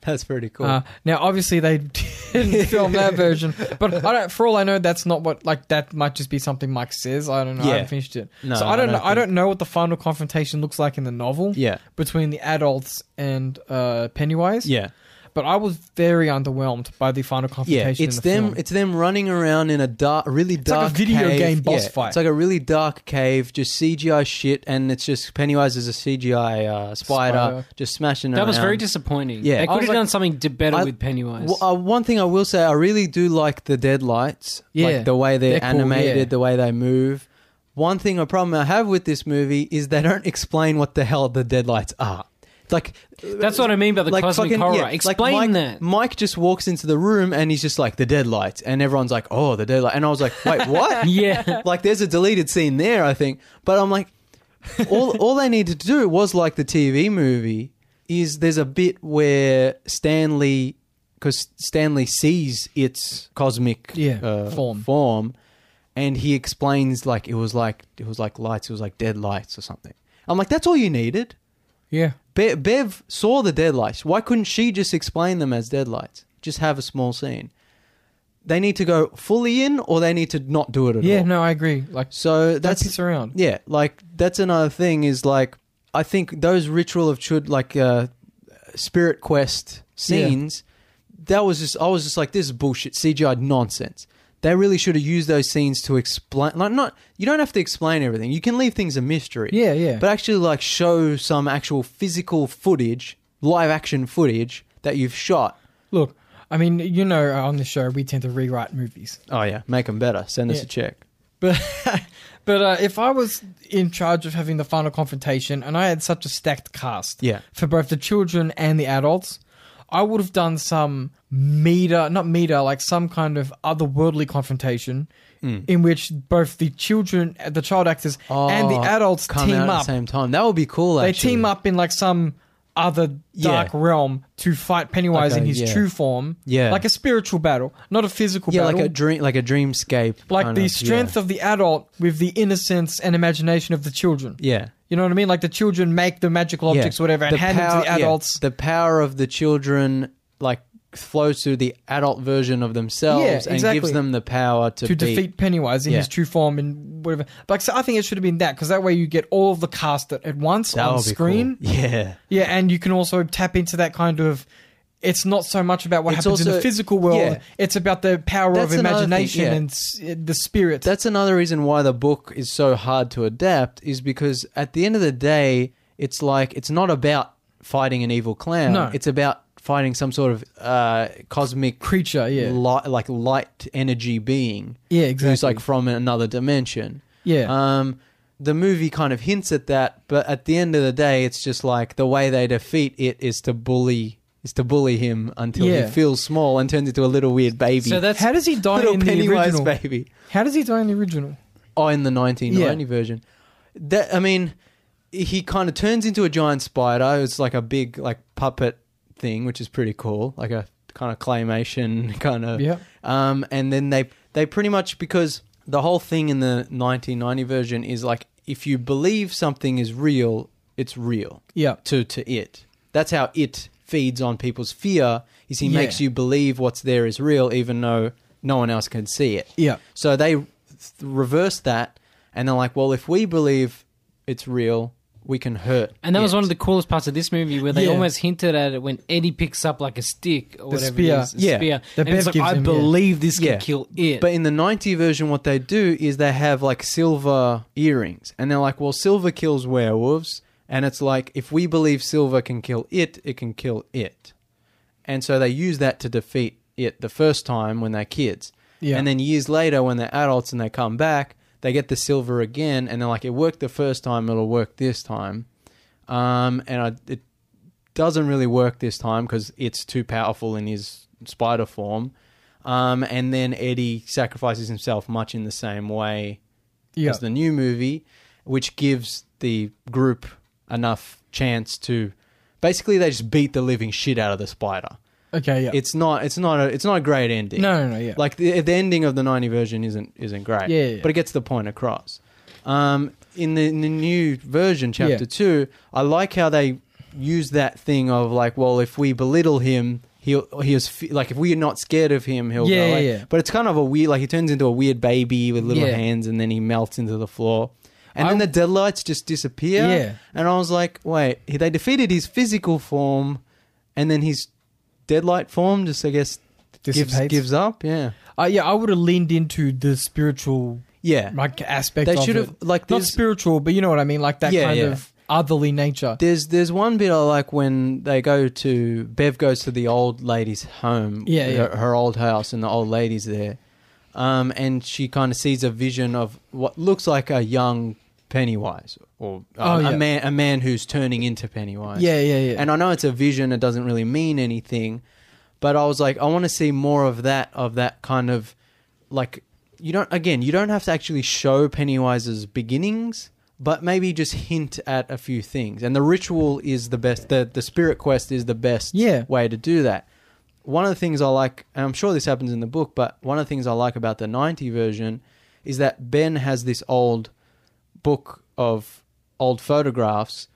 that's pretty cool
Uh, now, obviously, they didn't film that version, but I don't. For all I know, that's not what. Like that might just be something Mike says. I don't know. I
Yeah.
haven't finished it,
No,
so I
I
don't.
don't
know, I
think-
don't know what the final confrontation looks like in the novel
yeah
between the adults and uh, Pennywise.
yeah
but I was very underwhelmed by the final
Yeah,
confrontation.
it's
in the
them.
Film.
It's them running around in a dark, really
like a
dark
video
cave.
game boss
Yeah,
fight.
It's like a really dark cave, just CGI shit, and it's just Pennywise is a CGI uh, spider,
Spider.
just smashing.
That was
around.
very disappointing.
Yeah.
they
I
could
was
have
like-
done something d- better
I-
with Pennywise.
Well, uh, one thing I will say, I really do like the deadlights.
Yeah.
like the way they're,
They're cool,
animated,
yeah.
the way they move. One thing, a problem I have with this movie is they don't explain what the hell the deadlights are. It's Like
That's what I mean by the cosmic
fucking-
horror.
yeah, like
Explain
Mike,
that.
Mike just walks into the room and he's just like the deadlights, and everyone's like, "Oh, the deadlight," and I was like, "Wait, what?"
Yeah.
like there's a deleted scene there, I think. But I'm like, all all they needed to do was like the TV movie is there's a bit where Stanley because Stanley sees its cosmic uh,
Yeah, form.
form, and he explains like it was like it was like lights, it was like dead lights or something. I'm like, that's all you needed.
yeah,
Be- Bev saw the deadlights. Why couldn't she just explain them as deadlights? Just have a small scene. They need to go fully in, or they need to not do it at all.
yeah. No, I agree. Like
So that's
that's piss around.
yeah, like that's another thing is like I think those ritual of chud like uh, spirit quest scenes that was just I was just like this is bullshit CGI nonsense. They really should have used those scenes to explain like not you don't have to explain everything. You can leave things a mystery.
Yeah, yeah.
But actually like show some actual physical footage, live action footage that you've shot.
Look, I mean, you know, on the show we tend to rewrite movies.
Oh yeah, make them better. Send us
Yeah.
a check.
But but uh, if I was in charge of having the final confrontation and I had such a stacked cast
Yeah.
for both the children and the adults, I would have done some meter, not meter, like some kind of otherworldly confrontation
Hmm.
in which both the children, the child actors, and the
Oh,
adults
Come
team
out at
up.
the same time. That would be cool.
they
actually.
team up in like some other dark
Yeah.
realm to fight Pennywise
Like a-
in his
yeah.
true form.
Yeah.
Like a spiritual battle, not a physical
Yeah,
battle
like a dream, like a dreamscape.
like
kind
the
of,
strength of the adult with the innocence and imagination of the children.
Yeah. yeah.
You know what I mean? Like the children make the magical
Yeah.
objects, whatever, and hand them to the
yeah,
adults.
the power of the children, like flows through the adult version of themselves
Yeah,
and gives
exactly.
them the power to,
to
beat-
defeat Pennywise in
Yeah.
his true form and whatever. But like, so I think it should have been that because that way you get all of the cast at, at once
That
on
would be
screen.
cool. Yeah.
Yeah, and you can also tap into that kind of. It's not so much about what
It's
happens in the
also-
physical world.
yeah.
It's about the power
That's
of
another thing,
imagination
yeah.
and s- uh, the spirit.
That's another reason why the book is so hard to adapt is because at the end of the day, it's like it's not about fighting an evil clown.
No.
It's about fighting some sort of uh, cosmic
creature, yeah.
light, like light energy being.
Yeah,
Who's
exactly.
like from another dimension.
yeah.
Um, the movie kind of hints at that, but at the end of the day, it's just like the way they defeat it is to bully is to bully him until
Yeah.
he feels small and turns into a little weird baby.
So that's
How does he die
little
in the
Pennywise
original?
baby.
How does he die in the original?
Oh, in the 1990 version. That I mean, he kind of turns into a giant spider. It's like a big like puppet thing, which is pretty cool, like a kind of claymation kind of.
Yeah.
Um, and then they they pretty much because the whole thing in the 1990 version is like if you believe something is real, it's real
Yeah.
to to it. That's how it feeds on people's fear. Is he
Yeah.
makes you believe what's there is real, even though no one else can see it.
Yeah.
So they th- reverse that, and they're like, "Well, if we believe it's real, we can hurt."
And that was
it.
one of the coolest parts of this movie where they
Yeah.
almost hinted at it when Eddie picks up like a stick or
The
whatever
spear.
it is. a
Yeah.
spear.
The
and it's
Bev
like,
gives
I
him, yeah.
believe this can
Yeah.
kill it.
But in the 90 version, what they do is they have like silver earrings, and they're like, "Well, silver kills werewolves," and it's like, if we believe silver can kill it, it can kill it, and so they use that to defeat it the first time when they're kids,
Yeah.
and then years later when they're adults and they come back, they get the silver again, and they're like, "It worked the first time, it'll work this time," um, and I, it doesn't really work this time because it's too powerful in his spider form. Um, and then Eddie sacrifices himself much in the same way
Yeah.
as the new movie, which gives the group enough chance to basically they just beat the living shit out of the spider.
Okay, yeah.
It's not it's not a it's not a great ending.
No, no, no, yeah.
Like the, the ending of the 90 version isn't isn't great.
Yeah, yeah, yeah.
But it gets the point across. Um, in the, in the new version, chapter
Yeah.
two, I like how they use that thing of like, well, if we belittle him, he'll he is fe- like if we're not scared of him, he'll
Yeah,
go
yeah,
away.
yeah.
But it's kind of a weird, like he turns into a weird baby with little
Yeah.
hands, and then he melts into the floor. And
I-
then the deadlights just disappear.
Yeah.
And I was like, wait, he- they defeated his physical form, and then he's deadlight form, just I guess gives,
Dissipates.
gives up. Yeah,
Uh, yeah, I would have leaned into the spiritual
yeah.
like aspect.
They
of
should
it.
have like
not
there's
spiritual, but you know what I mean, like that
Yeah,
kind
yeah.
of otherly nature.
there's there's one bit I like when they go to Bev goes to the old lady's home,
Yeah,
her,
yeah.
her old house, and the old lady's there, um, and she kind of sees a vision of what looks like a young Pennywise or uh,
Oh,
a
yeah.
man a man who's turning into Pennywise.
Yeah, yeah, yeah.
And I know it's a vision; it doesn't really mean anything. But I was like, I want to see more of that, of that kind of, like, you don't. Again, you don't have to actually show Pennywise's beginnings, but maybe just hint at a few things. And the ritual is the best. The the spirit quest is the best
Yeah.
way to do that. One of the things I like, and I'm sure this happens in the book, but one of the things I like about the '90 version is that Ben has this old book of old photographs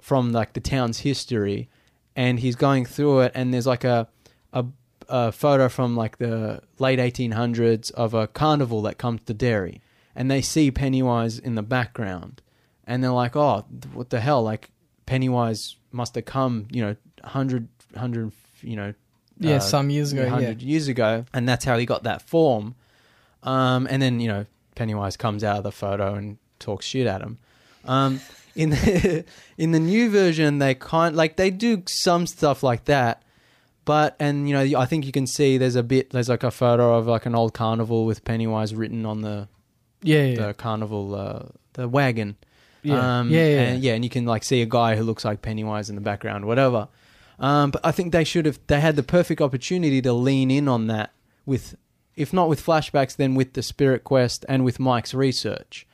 from like the town's history, and he's going through it, and there's like a a, a photo from like the late 1800s of a carnival that comes to Derry, and they see Pennywise in the background, and they're like, oh, th- what the hell? Like Pennywise must have come, you know, 100, 100, you know,
yeah,
uh,
some years ago. Yeah,
100 years ago, and that's how he got that form. Um, and then you know Pennywise comes out of the photo and talks shit at him. Um, in the, in the new version, they kind like they do some stuff like that, but and you know I think you can see there's a bit there's like a photo of like an old carnival with Pennywise written on the
yeah, yeah.
the carnival uh, the wagon.
Yeah.
um,
Yeah, yeah,
and, yeah, and you can like see a guy who looks like Pennywise in the background, whatever. Um, but I think they should have. They had the perfect opportunity to lean in on that with, if not with flashbacks, then with the Spirit Quest and with Mike's research.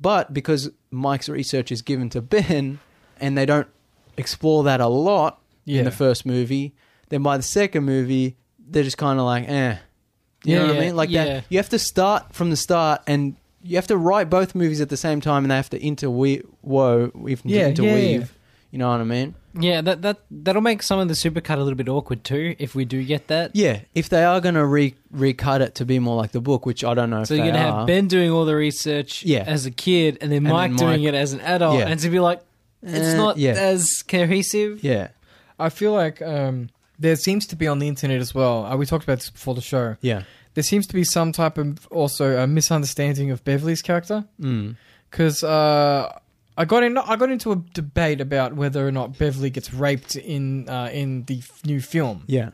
But because Mike's research is given to Ben, and they don't explore that a lot
Yeah.
in the first movie, then by the second movie, they're just kind of like, eh. You
Yeah,
know what
yeah,
I mean? Like
yeah.
that. You have to start from the start, and you have to write both movies at the same time, and they have to interweave. Whoa, we've
Yeah, yeah,
interweave.
yeah.
You know what I mean?
Yeah, that that that'll make some of the supercut a little bit awkward too if we do get that.
Yeah. If they are going to re- recut it to be more like the book, which I don't know.
So
if
you're
they
gonna
are.
have Ben doing all the research
Yeah.
as a kid, and then
then
Mike doing
Mike-
it as an adult,
Yeah.
and to be like, it's
Eh,
not
yeah.
as cohesive.
Yeah.
I feel like um, there seems to be on the internet as well. Uh, we talked about this before the show.
Yeah.
There seems to be some type of also a misunderstanding of Beverly's character
Mm.
because uh, I got in I got into a debate about whether or not Beverly gets raped in uh, in the f- new film,
Yeah.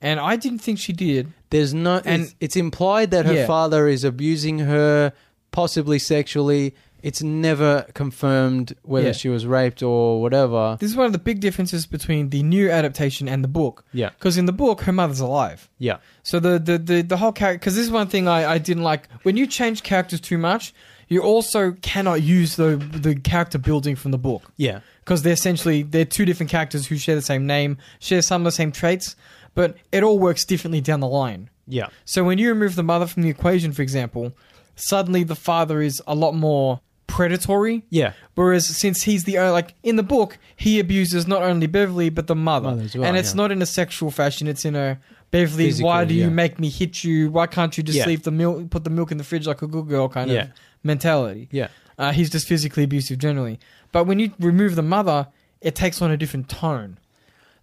and I didn't think she did.
There's no, and
And-
it's, implied that her
Yeah.
father is abusing her, possibly sexually. It's never confirmed whether
Yeah.
she was raped or whatever.
This is one of the big differences between the new adaptation and the book.
Yeah.
Because in the book, her mother's alive.
Yeah.
So the the the, the whole character because this is one thing I, I didn't like when you change characters too much. You also cannot use the the character building from the book
Yeah.
because they're essentially they're two different characters who share the same name, share some of the same traits, but it all works differently down the line.
Yeah.
So when you remove the mother from the equation, for example, suddenly the father is a lot more predatory.
Yeah.
Whereas since he's the only, like in the book, he abuses not only Beverly but the mother,
Mother as well,
and it's
yeah.
not in a sexual fashion. It's in a Beverly,
Physical,
why do
yeah.
you make me hit you? Why can't you just
Yeah.
leave the milk, put the milk in the fridge like a good girl kind
Yeah.
of mentality?
Yeah.
Uh, he's just physically abusive generally, but when you remove the mother, it takes on a different tone.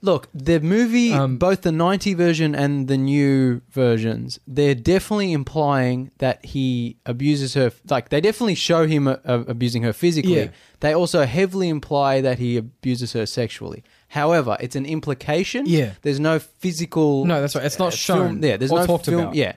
Look, the movie,
Um,
both the 90 version and the new versions, they're definitely implying that he abuses her. Like, they definitely show him uh, uh, abusing her physically.
Yeah.
They also heavily imply that he abuses her sexually. However, it's an implication.
Yeah.
There's no physical. uh,
No, that's right. It's not
film-
shown
yeah, there's
or
no
talked
film.
about.
Yeah.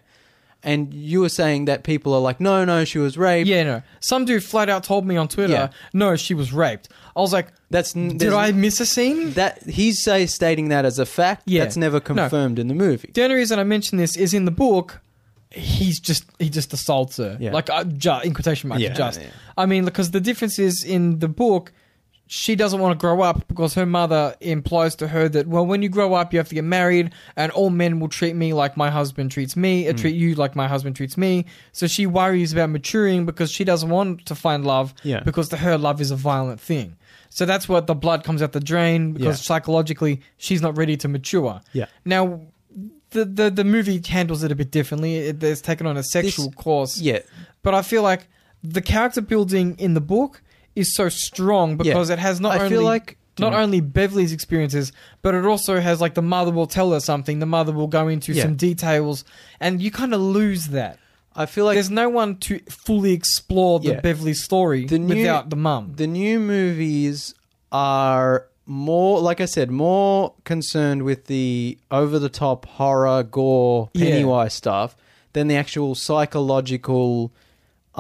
And you were saying that people are like, no, no, she was raped.
Yeah, no. Some dude flat out told me on Twitter,
Yeah.
no, she was raped. I was like,
That's n-
did
there's-
I miss a scene?
That he's say, stating that as a fact.
Yeah.
That's never confirmed in the movie.
The only reason I mention this is in the book, he's just he just assaults her,
Yeah.
like uh, ju- in quotation marks,
Yeah,
just.
yeah.
I mean, because the difference is in the book, she doesn't want to grow up because her mother implies to her that well, when you grow up, you have to get married, and all men will treat me like my husband treats me,
Mm.
and treat you like my husband treats me. So she worries about maturing because she doesn't want to find love,
Yeah.
because to her love is a violent thing. So that's what the blood comes out the drain because
Yeah.
psychologically she's not ready to mature.
Yeah.
Now, the, the the movie handles it a bit differently. It, it's taken on a sexual course.
Yeah.
But I feel like the character building in the book is so strong because it has not
I
only
feel like
not only Beverly's experiences, but it also has like the mother will tell her something, the mother will go into
Yeah.
some details, and you kind of lose that.
I feel like
There's no one to fully explore the
Yeah.
Beverly story
The new-
without the mum.
the new movies are more, like I said, more concerned with the over the top horror, gore,
Yeah.
Pennywise stuff than the actual psychological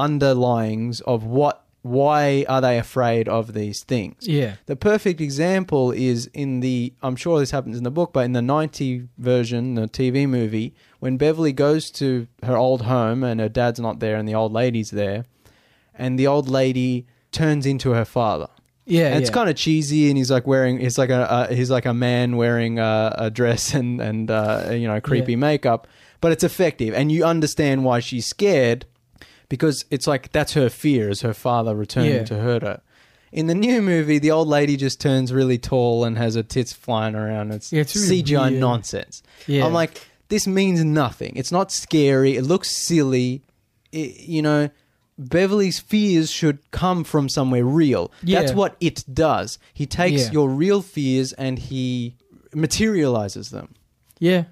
underlyings of what, why are they afraid of these things.
Yeah.
The perfect example is in the, I'm sure this happens in the book, but in the 90 version, the TV movie, when Beverly goes to her old home and her dad's not there and the old lady's there, and the old lady turns into her father.
Yeah.
And it's
yeah.
kind of cheesy, and he's like wearing, he's like a, uh, he's like a man wearing a, a dress and and uh, you know creepy
Yeah.
makeup, but it's effective, and you understand why she's scared because it's like that's her fear is her father returning
Yeah.
to hurt her. In the new movie, the old lady just turns really tall and has her tits flying around. It's,
Yeah, it's really
CGI
weird.
nonsense.
Yeah.
I'm like, this means nothing. It's not scary. It looks silly. It, you know, Beverly's fears should come from somewhere real. That's
Yeah.
what it does. He takes
Yeah.
your real fears and he materializes them.
yeah.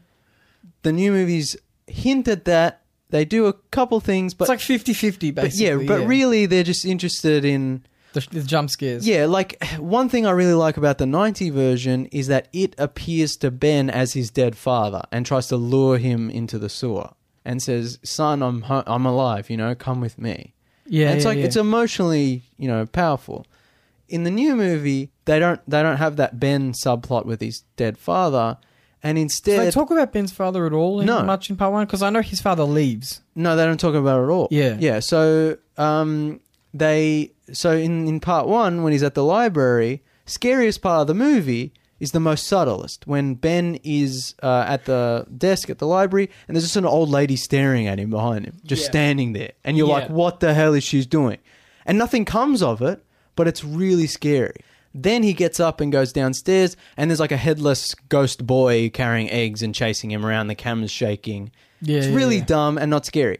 The new movies hint at that. They do a couple things, but,
it's like 50-50 basically.
but yeah, but really they're just interested in
the, the jump scares.
yeah, like one thing I really like about the 90 version is that it appears to Ben as his dead father and tries to lure him into the sewer and says, "Son, I'm ho- I'm alive, you know, come with me."
yeah.
and it's
yeah,
like
yeah.
it's emotionally, you know, powerful. In the new movie, they don't they don't have that Ben subplot with his dead father, and
Do
instead
they talk about Ben's father at all? In,
No.
much in part one because I know his father leaves.
No, they don't talk about it at all.
Yeah.
Yeah. So um they so in, in part one, when he's at the library, scariest part of the movie is the most subtlest. When Ben is uh, at the desk at the library and there's just an old lady staring at him behind him, just
Yeah.
standing there. And you're like,
Yeah.
What the hell is she doing? And nothing comes of it, but it's really scary. Then he gets up and goes downstairs, and there's like a headless ghost boy carrying eggs and chasing him around. The camera's shaking
Yeah,
it's
yeah,
really
yeah.
dumb and not scary.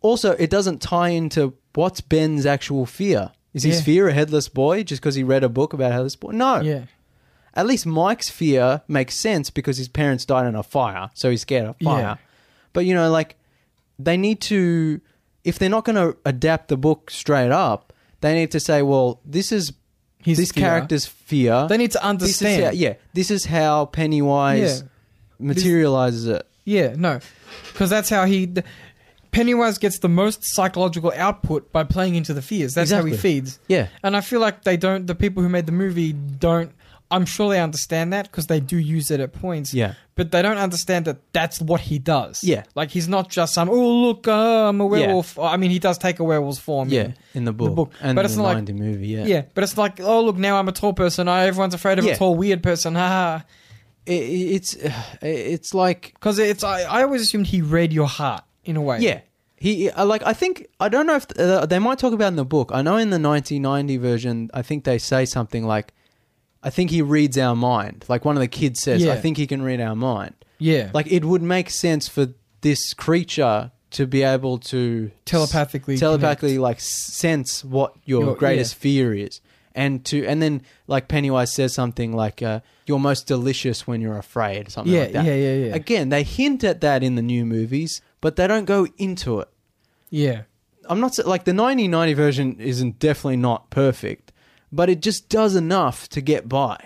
Also, it doesn't tie into what's Ben's actual fear. Is his
Yeah.
fear a headless boy just because he read a book about a headless boy? No.
Yeah.
At least Mike's fear makes sense because his parents died in a fire, so he's scared of fire.
Yeah.
But you know, like they need to, if they're not going to adapt the book straight up, they need to say, well, this is
His
this
fear.
character's fear.
They need to
This is
understand.
how, yeah, this is how Pennywise
Yeah.
materializes it.
Yeah, no, because that's how he. th- Pennywise gets the most psychological output by playing into the fears. That's how he
Exactly.
feeds.
Yeah.
And I feel like they don't. The people who made the movie don't. I'm sure they understand that because they do use it at points.
Yeah.
But they don't understand that that's what he does.
Yeah.
Like he's not just some. Oh look, uh, I'm a werewolf. I mean, he does take a werewolf's form.
Yeah,
in-
in the book,
book.
and
But
in
it's
the
not like-
90 movie. Yeah,
Yeah, but it's like, oh look, now I'm a tall person. I, everyone's afraid of
Yeah.
a tall, weird person. Ha
It, it's uh, it's like
Because it's, I, I always assumed he read your heart in a way.
yeah. He I like I think I don't know if uh, they might talk about it in the book. I know in the 1990 version, I think they say something like, "I think he reads our mind." Like one of the kids says,
Yeah.
"I think he can read our mind."
yeah,
Like it would make sense for this creature to be able to
Telepathically
telepathically like sense what your,
Your-
greatest fear is and to and then like pennywise says something like uh, you're most delicious when you're afraid something
Yeah,
like that
yeah, yeah, yeah.
again they hint at that in the new movies but they don't go into it
yeah.
i'm not s- like the 1990 version isn't definitely not perfect but it just does enough to get by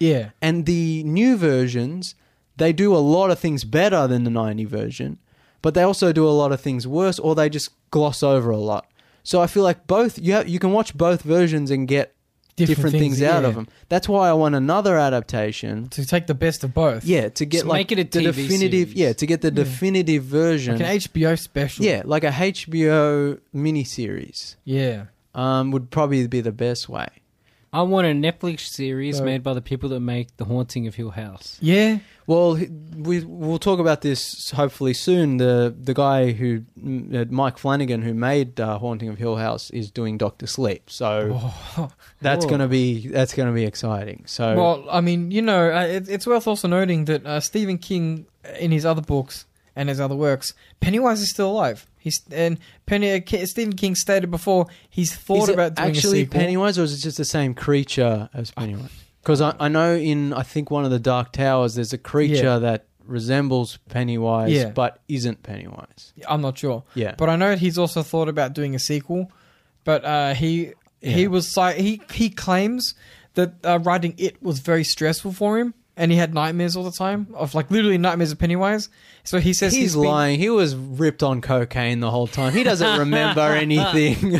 Yeah.
and the new versions, they do a lot of things better than the 90 version, but they also do a lot of things worse or they just gloss over a lot. So I feel like both you have, you can watch both versions and get different,
Different
things,
things,
out of
yeah.
them. That's why I want another adaptation.
To take the best of both.
Yeah, to get
Just
like
make it a
the
TV
definitive
series.
yeah, to get the definitive version.
Like an HBO special.
yeah, like a HBO miniseries.
Yeah.
Um would probably be the best way.
I want a Netflix series
So-
made by the people that make The Haunting of Hill House.
Yeah.
Well, he- we we'll talk about this hopefully soon. The the guy who m- uh, Mike Flanagan who made uh, Haunting of Hill House is doing Doctor Sleep, so that's
Whoa.
gonna be that's gonna be exciting. So
Oh. Well, I mean, you know, uh, it, it's worth also noting that uh, Stephen King, uh, in his other books and his other works, Pennywise is still alive. He's and Penny, uh, Ki- Stephen King stated before he's thought
is it
about doing a
actually
sequel.
Pennywise, or is it just the same creature as Pennywise? Because I, I know in I think one of the Dark Towers there's a creature
Yeah.
that resembles Pennywise
Yeah.
but isn't Pennywise.
I'm not sure.
Yeah.
But I know he's also thought about doing a sequel, but uh, he he
Yeah.
was si- he he claims that uh, writing it was very stressful for him, and he had nightmares all the time of like literally nightmares of Pennywise. So he says
he's,
he's, been-
lying. He was ripped on cocaine the whole time. He doesn't remember anything.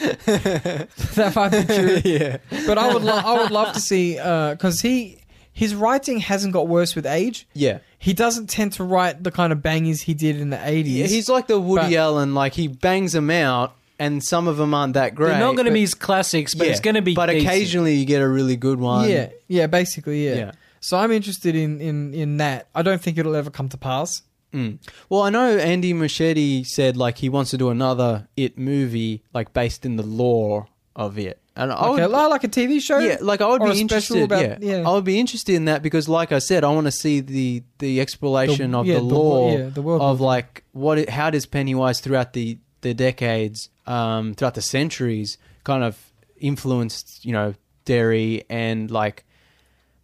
that might be true.
yeah.
But I would lo- I would love to see because he his writing hasn't got worse with age.
Yeah.
He doesn't tend to write the kind of bangers he did in the 80s.
Yeah, he's like the Woody
But-
Allen. Like he bangs them out, and some of them aren't that great.
They're not going to
but-
be his classics, but
Yeah,
it's going to be.
But
decent.
occasionally you get a really good one.
Yeah, yeah, basically, yeah.
Yeah.
So I'm interested in in in that. I don't think it'll ever come to pass.
Mm. Well, I know Andy Muschietti said like he wants to do another It movie like based in the lore of it, and I
Okay,
would,
like, like a TV show.
yeah, like I would
or a
be
special
interested.
about-
yeah.
yeah.
I would be interested in that because, like I said, I want to see the the exploration
The-
of
yeah,
the
the wo-
lore
yeah, the world
of like what it, how does Pennywise throughout the the decades, um, throughout the centuries, kind of influenced you know Derry and like.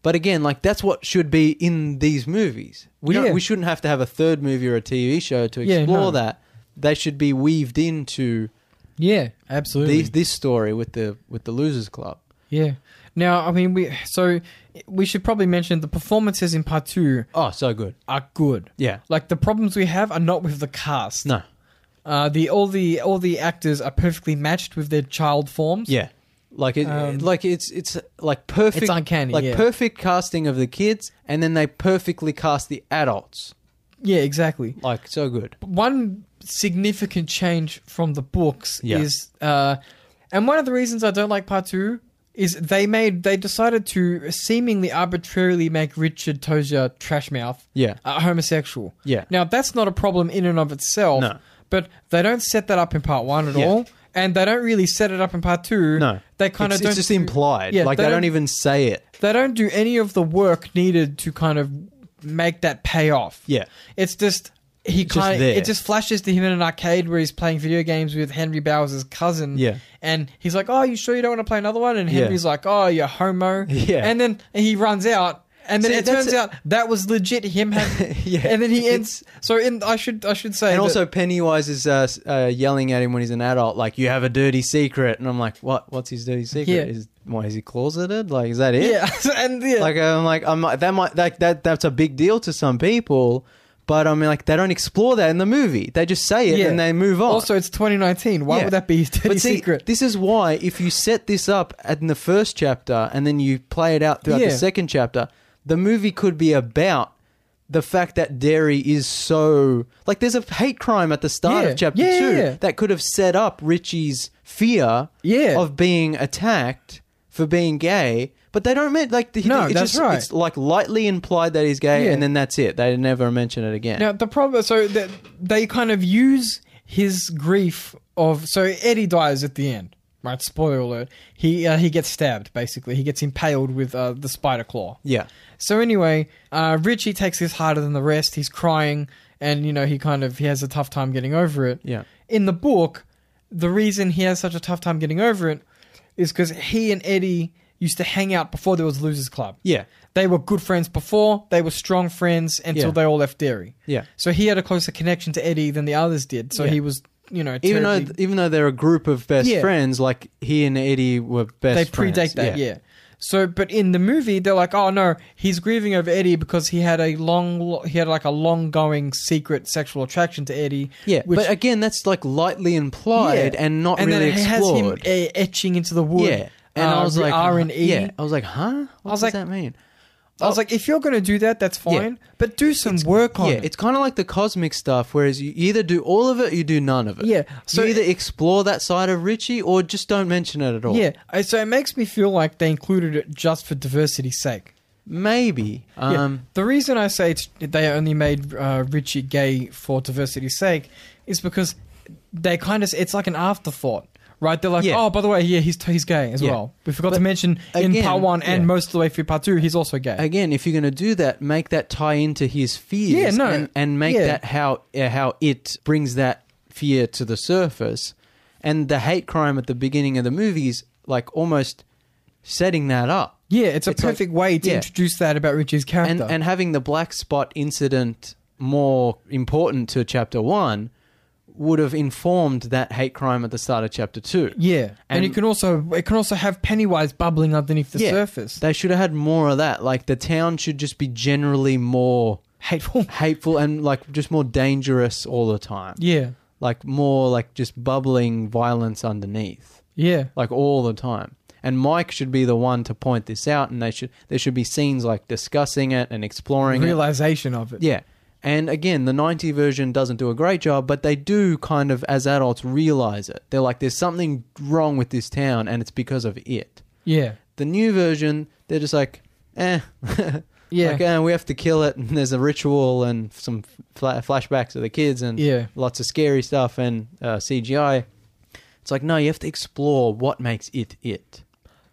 But again, like that's what should be in these movies. We
Yeah.
don't, we shouldn't have to have a third movie or a TV show to
Yeah,
explore
no.
that. They should be weaved into
yeah, absolutely.
these, this story with the with the Losers Club.
yeah. Now, I mean, we so we should probably mention the performances in part two
Oh, so good.
are good.
Yeah.
Like the problems we have are not with the cast.
No.
Uh, the all the all the actors are perfectly matched with their child forms.
Yeah. Like it,
Um,
like it's it's like perfect.
It's uncanny,
Like
yeah.
perfect casting of the kids, and then they perfectly cast the adults.
Yeah, exactly.
Like so good.
one significant change from the books
Yeah.
is uh and one of the reasons I don't like part two is they made they decided to seemingly arbitrarily make Richard Tozier trash mouth
Yeah.
a homosexual.
Yeah.
Now that's not a problem in and of itself.
No.
But they don't set that up in part one at
Yeah.
all. And they don't really set it up in part two.
No.
They kind
it's,
of don't
it's just
do-
implied.
yeah,
like they,
they
don't,
don't-
even say it.
they don't do any of the work needed to kind of make that pay off.
Yeah.
It's just he
just
kind of
there.
it just flashes to him in an arcade where he's playing video games with Henry Bowers' cousin.
Yeah.
And he's like, "Oh, you sure you don't want to play another one?" And
Yeah.
Henry's like, "Oh, you're homo."
Yeah.
And then he runs out. And then
See,
it
that's
turns
a-
out that was legit him. Having,
Yeah.
And then he
It's-
ends. So in I should I should say
And
that-
also Pennywise is uh, s- uh, yelling at him when he's an adult, like "You have a dirty secret," and I'm like, "What? What's his dirty secret?
Yeah.
Is why is he closeted? Like, is that it?
yeah and yeah.
Like I'm like I'm like, that might that that that's a big deal to some people, but I mean like they don't explore that in the movie. They just say it
Yeah.
and they move on.
also it's 2019. Why
oh. Yeah.
would that be his dirty
but see,
secret?
this is why if you set this up at- in the first chapter and then you play it out throughout
Yeah.
the second chapter, the movie could be about the fact that Derry is so like there's a hate crime at the start
Yeah.
of chapter
Yeah,
two
yeah, yeah.
that could have set up Richie's fear
Yeah.
of being attacked for being gay, but they don't mean like the,
No,
it's
that's
just,
right.
It's like lightly implied that he's gay,
Yeah.
and then that's it. They never mention it again.
Now the problem, so that they kind of use his grief of so Eddie dies at the end, right? Spoiler alert: he uh, he gets stabbed. Basically, he gets impaled with uh, the spider claw.
Yeah,
So anyway, uh, Richie takes this harder than the rest. He's crying, and you know he kind of he has a tough time getting over it.
yeah,
In the book, the reason he has such a tough time getting over it is because he and Eddie used to hang out before there was Losers Club.
yeah,
They were good friends before. They were strong friends until
Yeah.
they all left Derry.
yeah.
So he had a closer connection to Eddie than the others did. So
Yeah.
he was, you know,
Even though,
terribly-
even though they're a group of best
Yeah.
friends, like he and Eddie were best.
they
friends.
predate that, yeah. So, but in the movie, they're like, oh no, he's grieving over Eddie because he had a long, he had like a long going secret sexual attraction to Eddie.
Yeah,
which-
but again, that's like lightly implied
Yeah.
and not
and
really
then it
explored.
has him uh, etching into the wood. uh,
yeah, and I was like
R and E. I
Yeah, I was like, huh? What
was
does
like-
that mean?
was like, if you're gonna do that, that's
Yeah.
fine, but do some work on
yeah,
it.
it's kind of like the cosmic stuff. Whereas you either do all of it, or you do none of it.
Yeah,
so
so-
you either explore that side of Richie or just don't mention it at all.
Yeah, I- so it makes me feel like they included it just for diversity's sake.
maybe.
Yeah.
Um,
the reason I say it's, they only made uh, Richie gay for diversity's sake is because they kind of it's like an afterthought, right? They're like,
Yeah.
oh, by the way, yeah, he's he's gay as
Yeah.
well. We forgot to
But
mention in
again-
part one and
yeah.
most of the way through part two, he's also gay.
Again, if you're going to do that, make that tie into his fears.
Yeah, no,
and, and make
yeah.
that how uh, how it brings that fear to the surface, and the hate crime at the beginning of the movie is like almost setting that up.
Yeah, it's a
It's like-
perfect way to
yeah.
introduce that about Richie's
and
character.
and having the black spot incident more important to chapter one would have informed that hate crime at the start of chapter two.
yeah, and,
and-
you can also it can also have Pennywise bubbling underneath the
Yeah.
surface.
They should have had more of that. Like the town should just be generally more
Hateful.
hateful and like just more dangerous all the time.
Yeah,
Like more like just bubbling violence underneath.
yeah,
Like all the time. And Mike should be the one to point this out and they should there should be scenes like discussing it and exploring it.
realization of it.
Yeah. And again, the 90 version doesn't do a great job, but they do kind of, as adults, realize it. They're like, there's something wrong with this town, and it's because of it.
yeah,
The new version, they're just like, eh.
yeah,
like, eh, we have to kill it, and there's a ritual and some fla- flashbacks of the kids and
yeah.
lots of scary stuff and uh, CGI. It's like, no, you have to explore what makes it it.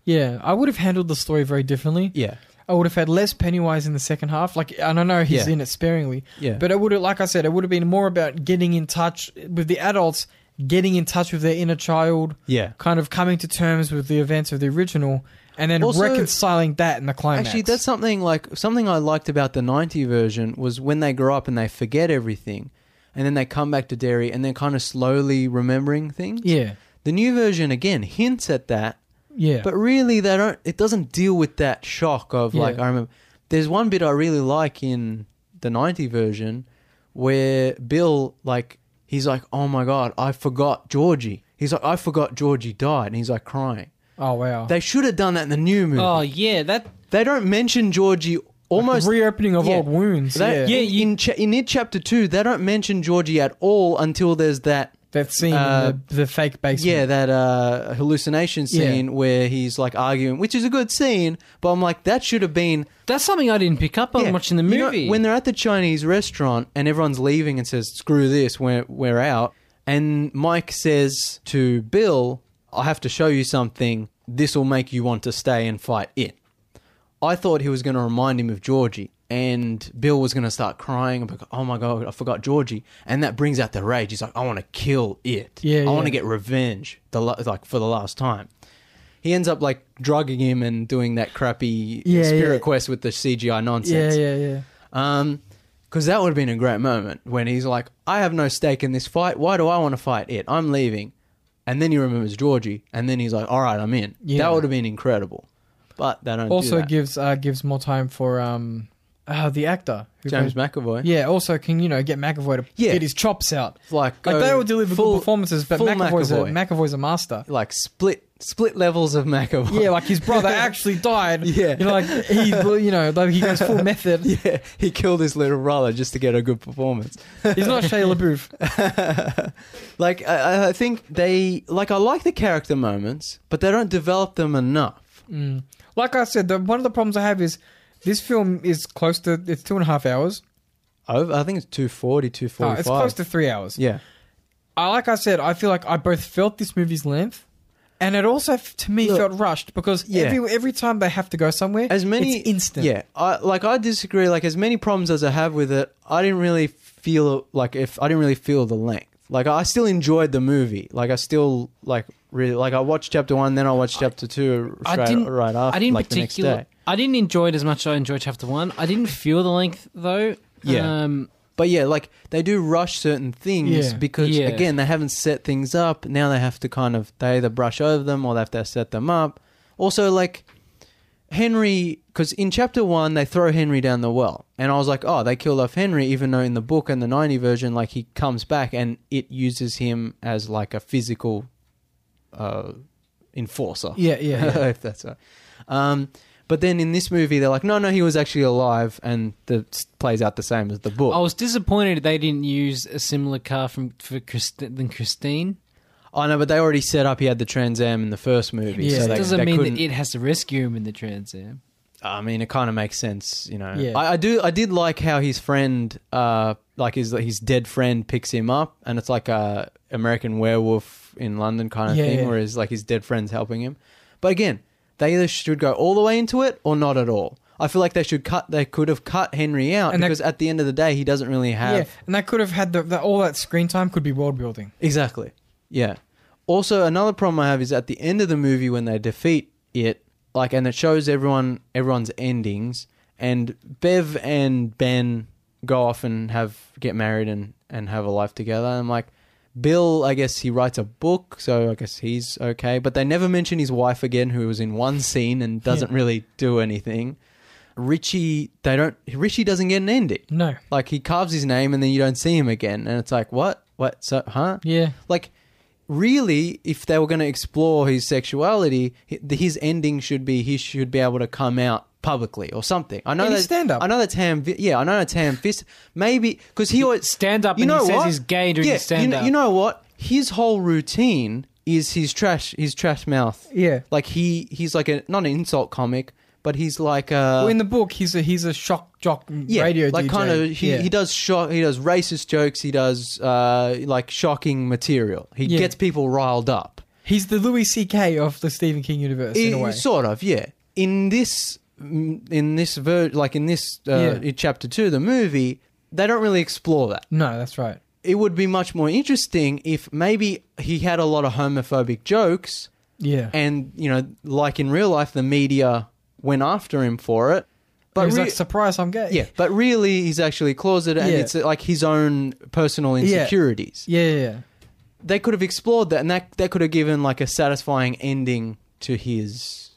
Yeah, I would have handled the story very differently.
Yeah.
I would have had less Pennywise in the second half. Like, and I know he's
Yeah.
in it sparingly,
Yeah.
but it would have, like I said, it would have been more about getting in touch with the adults, getting in touch with their inner child,
yeah.
kind of coming to terms with the events of the original, and then
Also-
reconciling that in the climax.
Actually, that's something like something I liked about the '90 version was when they grow up and they forget everything, and then they come back to Derry and they're kind of slowly remembering things.
yeah,
The new version again hints at that,
yeah,
but really they don't. It doesn't deal with that shock of like
Yeah.
I remember. There's one bit I really like in the '90 version where Bill like he's like, "Oh my god, I forgot Georgie." He's like, "I forgot Georgie died," and he's like crying.
oh wow,
They should have done that in the new movie.
Oh yeah, that
They don't mention Georgie almost.
reopening of
Yeah.
old wounds.
They-
yeah.
Yeah.
in, in, cha- in it chapter two, they don't mention Georgie at all until there's that
that scene,
Uh,
in the, the fake basement.
yeah that uh, hallucination
Yeah.
scene where he's like arguing, which is a good scene. But I'm like, that should have been
that's something I didn't pick up on
Yeah.
watching the
You know,
movie.
when they're at the Chinese restaurant and everyone's leaving and says, "Screw this, we're we're out," and Mike says to Bill, "I have to show you something. This will make you want to stay and fight it." I thought he was going to remind him of Georgie, and Bill was going to start crying. I'm like, "Oh my god, I forgot Georgie," and that brings out the rage. He's like, "I want to kill it.
Yeah,
I
yeah.
want to get revenge. The la- like for the last time." He ends up like drugging him and doing that crappy
Yeah,
spirit
yeah.
quest with the CGI nonsense.
yeah, yeah, yeah.
Um, because that would have been a great moment when he's like, "I have no stake in this fight. Why do I want to fight it? I'm leaving." And then he remembers Georgie, and then he's like, "All right, I'm in."
Yeah.
That would have been incredible, but they don't. do
Also
that.
gives uh, gives more time for um uh, the actor who
James
plays-
McAvoy.
Yeah, also can you know get McAvoy to
Yeah.
get his chops out.
Like,
Like
go
they all deliver
full-
good performances, but
full
McAvoy's a,
McAvoy.
McAvoy's a master.
like split split levels of McAvoy.
Yeah, like his brother actually died.
Yeah.
you know, like he, you know, like he goes full method.
yeah, he killed his little brother just to get a good performance.
He's not Shia LaBeouf.
like I, I think they like I like the character moments, but they don't develop them enough.
Mm. Like I said, the, one of the problems I have is this film is close to it's two and a half hours.
Over, I think it's 240,
Uh,
245.
it's close to three hours.
yeah.
I like I said, I feel like I both felt this movie's length, and it also f- to me
Look,
felt rushed because
yeah.
every every time they have to go somewhere,
as many
it's instant.
Yeah, I, like I disagree. Like as many problems as I have with it, I didn't really feel like if I didn't really feel the length. Like I still enjoyed the movie. Like I still like really like I watched chapter one, then I watched chapter two
I
straight
didn't-
right after.
I didn't
like, The
particularly.
next day.
I didn't enjoy it as much as I enjoyed chapter one. I didn't feel the length though.
Yeah.
Um,
But yeah, like they do rush certain things
Yeah.
because
Yeah.
again they haven't set things up. Now they have to kind of they either brush over them or they have to set them up. Also, like Henry, because in chapter one they throw Henry down the well, and I was like, oh, they killed off Henry, even though in the book and the ninety version, like he comes back and it uses him as like a physical uh, enforcer.
yeah, yeah, yeah.
if that's right. Um, but then in this movie, they're like, no, no, he was actually alive, and the plays out the same as the
Oh,
book.
I was disappointed they didn't use a similar car from for Christi- than Christine.
I know, but they already set up he had the Trans Am in the first movie.
Yeah.
so
It
they,
doesn't
they
mean
couldn't,
that it has to rescue him in the Trans Am.
I mean, it kind of makes sense, you know.
Yeah.
I, I do. I did like how his friend, uh, like his his dead friend, picks him up, and it's like a American Werewolf in London kind of
Yeah,
thing,
yeah.
where his like his dead friend's helping him. But again, they either should go all the way into it or not at all. I feel like they should cut. They could have cut Henry out
And they-
because at the end of the day, he doesn't really have
Yeah, and that could have had the, that all that screen time could be world building.
Exactly. Yeah. Also, another problem I have is at the end of the movie when they defeat it, like and it shows everyone everyone's endings and Bev and Ben go off and have get married and and have a life together and like Bill I guess he writes a book so I guess he's okay but they never mention his wife again who was in one scene and doesn't really do anything Richie they don't Richie doesn't get an ending
No.
like he carves his name and then you don't see him again and it's like what what so huh
Yeah.
like really if they were going to explore his sexuality hi- his ending should be he should be able to come out publicly or something i know
In
that
his stand-up.
i know that's ham yeah i know that's ham fist maybe because he always
stand up
you
and
know
he says
what?
he's gay during
yeah,
his
you kn-
stand up.
you know what his whole routine is his trash his trash mouth
Yeah.
like he he's like a not an insult comic but he's like a
well, in the book, he's a he's a shock jock
Uh, yeah,
radio
like
DJ.
kind of he,
yeah.
he does shock he does racist jokes he does uh like shocking material he
Yeah.
gets people riled up
He's the Louis C.K. of the Stephen King universe in a
Eh,
way.
sort of yeah in this mm, in this ver- like in this uh,
Yeah.
chapter 2 the movie they don't really explore that
No, that's right.
it would be much more interesting if maybe he had a lot of homophobic jokes
Yeah.
and you know like in real life the media went after him for it
But he's
re-
like, surprise, I'm gay.
Yeah, but really, he's actually closeted, and
Yeah.
it's like his own personal
Yeah.
insecurities.
Yeah, yeah, yeah.
They could have explored that, and that that could have given like a satisfying ending to his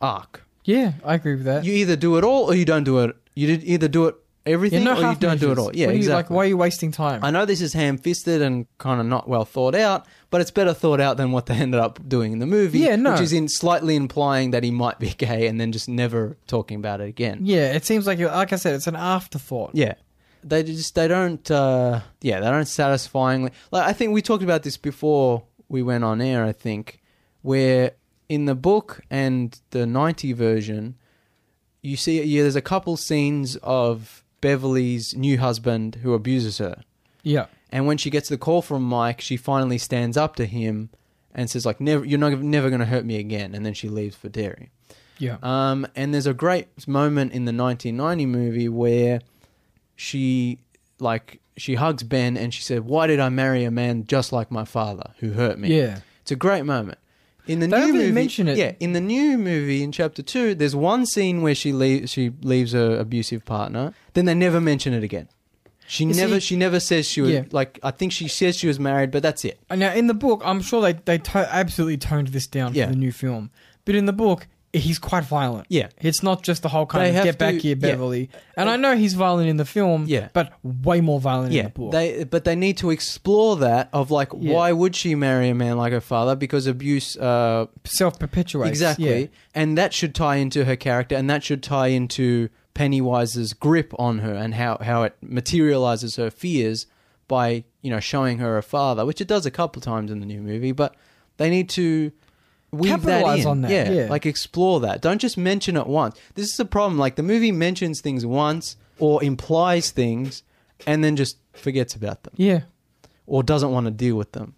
arc.
Yeah, I agree with that.
You either do it all, or you don't do it. You did either do it
Yeah,
everything,
no
or you
half
don't do it
measures.
all. Yeah,
What are you-
exactly.
Like, why are you wasting time?
I know this is ham-fisted and kind of not well thought out, but it's better thought out than what they ended up doing in the movie.
Yeah, no.
which is in slightly implying that he might be gay, and then just never talking about it again.
yeah, it seems like, you like I said, it's an afterthought.
Yeah. They just they don't uh yeah, they don't satisfyingly like I think we talked about this before we went on air, I think, where in the book and the ninety version, you see yeah, there's a couple scenes of Beverly's new husband who abuses her.
Yeah.
And when she gets the call from Mike, she finally stands up to him and says, like, never you're not never gonna hurt me again and then she leaves for Derry.
Yeah.
Um, and there's a great moment in the 1990 movie where she like she hugs Ben and she said, "Why did I marry a man just like my father who hurt me?"
Yeah.
It's a great moment. In the
They
new
don't really
movie,
mention it.
yeah, in the new movie in chapter two, there's one scene where she leaves she leaves her abusive partner. Then they never mention it again. She
You
never
see-
she never says she was
Yeah.
like I think she says she was married, but that's it.
And Now, in the book, I'm sure they, they to- absolutely toned this down
Yeah.
for the new film. But in the book, he's quite violent.
Yeah.
It's not just the whole kind
They
of
have
get back
to-
here,
yeah.
Beverly. And I know he's violent in the film,
Yeah.
but way more violent in the book.
They but they need to explore that of like
Yeah.
why would she marry a man like her father because abuse uh
Self perpetuates.
exactly and that should tie into her character and that should tie into Pennywise's grip on her and how how it materializes her fears by you know showing her her father which it does a couple times in the new movie but they need to weave
Capitalize
that in.
on that, yeah.
like explore that don't just mention it once this is the problem like the movie mentions things once or implies things and then just forgets about them
Yeah.
or doesn't want to deal with them.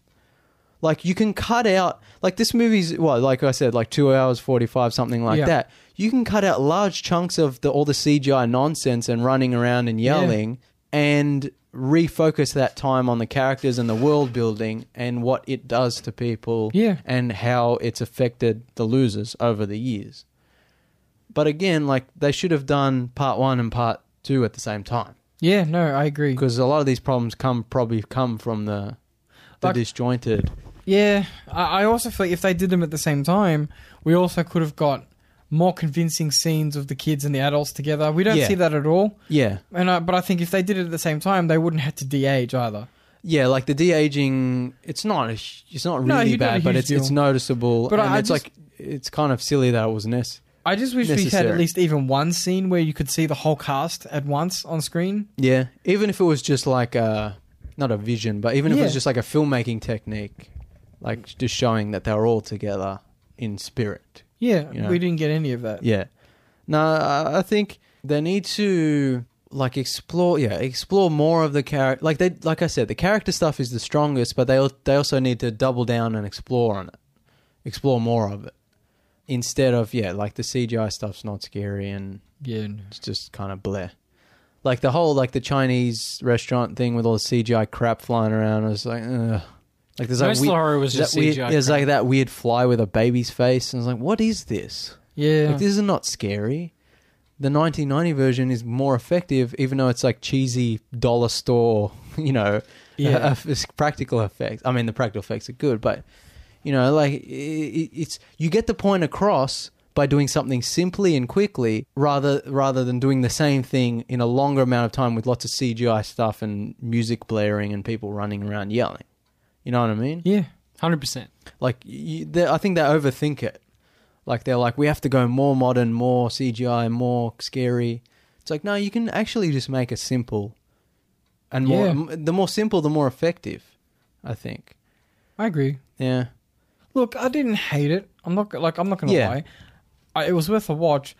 Like you can cut out like this movie's well, like I said, like two hours forty five, something like
Yeah.
that. You can cut out large chunks of the all the CGI nonsense and running around and yelling and refocus that time on the characters and the world building and what it does to people
Yeah.
and how it's affected the losers over the years. But again, like they should have done part one and part two at the same time
Yeah, no, I agree.
because a lot of these problems come probably come from the the
Like-
disjointed.
Yeah, I, I also feel like if they did them at the same time, we also could have got more convincing scenes of the kids and the adults together. We don't
Yeah.
see that at all.
Yeah,
And I, but I think if they did it at the same time, they wouldn't have to de-age either.
yeah, like the de aging. It's not a, hu- it's not
No,
really
you got a
bad, but
huge
it's it's
deal.
noticeable. But
But
and
I
it's
just-
like it's kind of silly that it was this.
I just wish we had
Necessary.
at least even one scene where you could see the whole cast at once on screen.
Yeah, even if it was just like a not a vision, but even if it was
Yeah.
just like a filmmaking technique, like just showing that they were all together in spirit.
Yeah,
You know.
we didn't get any of that.
Yeah. No, I I think they need to like explore, yeah, explore more of the character. Like they, like I said, the character stuff is the strongest, but they al- they also need to double down and explore on it, explore more of it, instead of yeah, like the CGI stuff's not scary and
Yeah, no.
it's just kind of bleh. Like the whole like the Chinese restaurant thing with all the CGI crap flying around. I was like, ugh. Like there's
Most
like
horror was
that
just
weird,
CGI
there's
crap.
like that weird fly with a baby's face, and I was like, what is this?
Yeah.
Like this is not scary. The 1990 version is more effective, even though it's like cheesy dollar store, you know,
Yeah.
uh, it's practical effects. I mean, the practical effects are good, but you know, like i i it's you get the point across by doing something simply and quickly, rather rather than doing the same thing in a longer amount of time with lots of CGI stuff and music blaring and people running around yelling. You know what I mean?
yeah.
Hundred percent.
Like, you, they- I think they overthink it. Like, they're like, we have to go more modern, more CGI, more scary. It's like, no, you can actually just make it simple. And more,
Yeah.
m- the more simple, the more effective, I think.
I agree.
Yeah.
Look, I didn't hate it. I'm not go- like I'm not gonna
Yeah.
lie. I, it was worth a watch.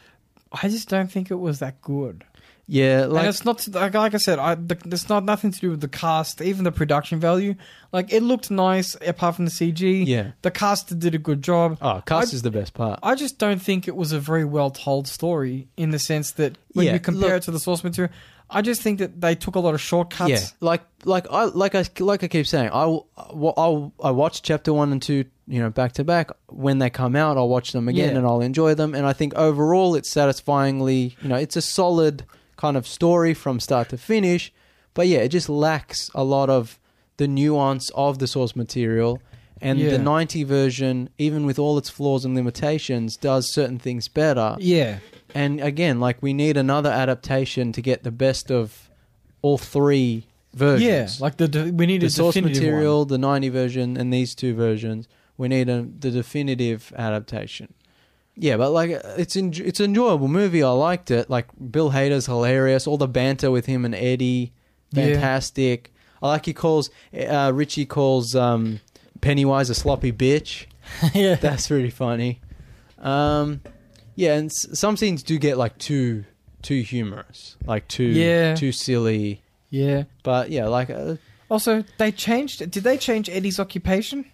I just don't think it was that good.
Yeah. Like,
and it's not like, like I said. I the, it's not nothing to do with the cast, even the production value. Like it looked nice, apart from the CG.
Yeah.
the cast did a good job.
oh, cast
I-
is the best part.
I just don't think it was a very well told story in the sense that when
Yeah,
you compare
look-
it to the source material, I just think that they took a lot of shortcuts.
Yeah, like like I like I like I keep saying, I I I watch chapter one and two, you know, back to back. When they come out, I'll watch them again
Yeah.
and I'll enjoy them. And I think overall, it's satisfyingly, you know, it's a solid kind of story from start to finish. But yeah, it just lacks a lot of the nuance of the source material. And
Yeah.
the ninety version, even with all its flaws and limitations, does certain things better.
yeah,
And again, like we need another adaptation to get the best of all three
yeah.
versions.
Like the, de- we need
the
a
source
definitive one.
material, the 90 version, and these two versions. We need a, the definitive adaptation. Yeah, but like it's en- it's an enjoyable movie. I liked it. Like Bill Hader's hilarious. All the banter with him and Eddie,
Yeah.
fantastic. I like he calls uh, Richie calls um, Pennywise a sloppy bitch.
yeah,
That's really funny. Um, yeah, and s- some scenes do get like too too humorous, like too
Yeah.
too silly.
yeah.
But yeah, like uh,
Also, they changed. Did they change Eddie's occupation?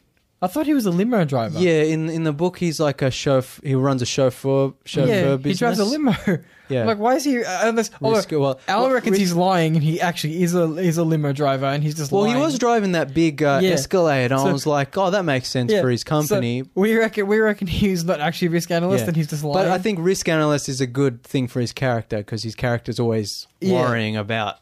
I thought he was a limo driver.
yeah, in in the book he's like a chauff He runs a chauffeur chauffeur
yeah. He
business.
drives a limo.
Yeah.
Like, why is he? Uh, unless although,
Risk- well,
Alan
well,
reckons
ri-
he's lying, and he actually is a is a limo driver, and he's just
Well,
lying.
he was driving that big uh,
Yeah.
Escalade, and
So-
I was like, "Oh, that makes sense
Yeah.
for his
So,
company."
we reckon we reckon he's not actually a risk analyst,
Yeah.
and he's just lying.
But I think risk analyst is a good thing for his character because his character's always
Yeah.
worrying about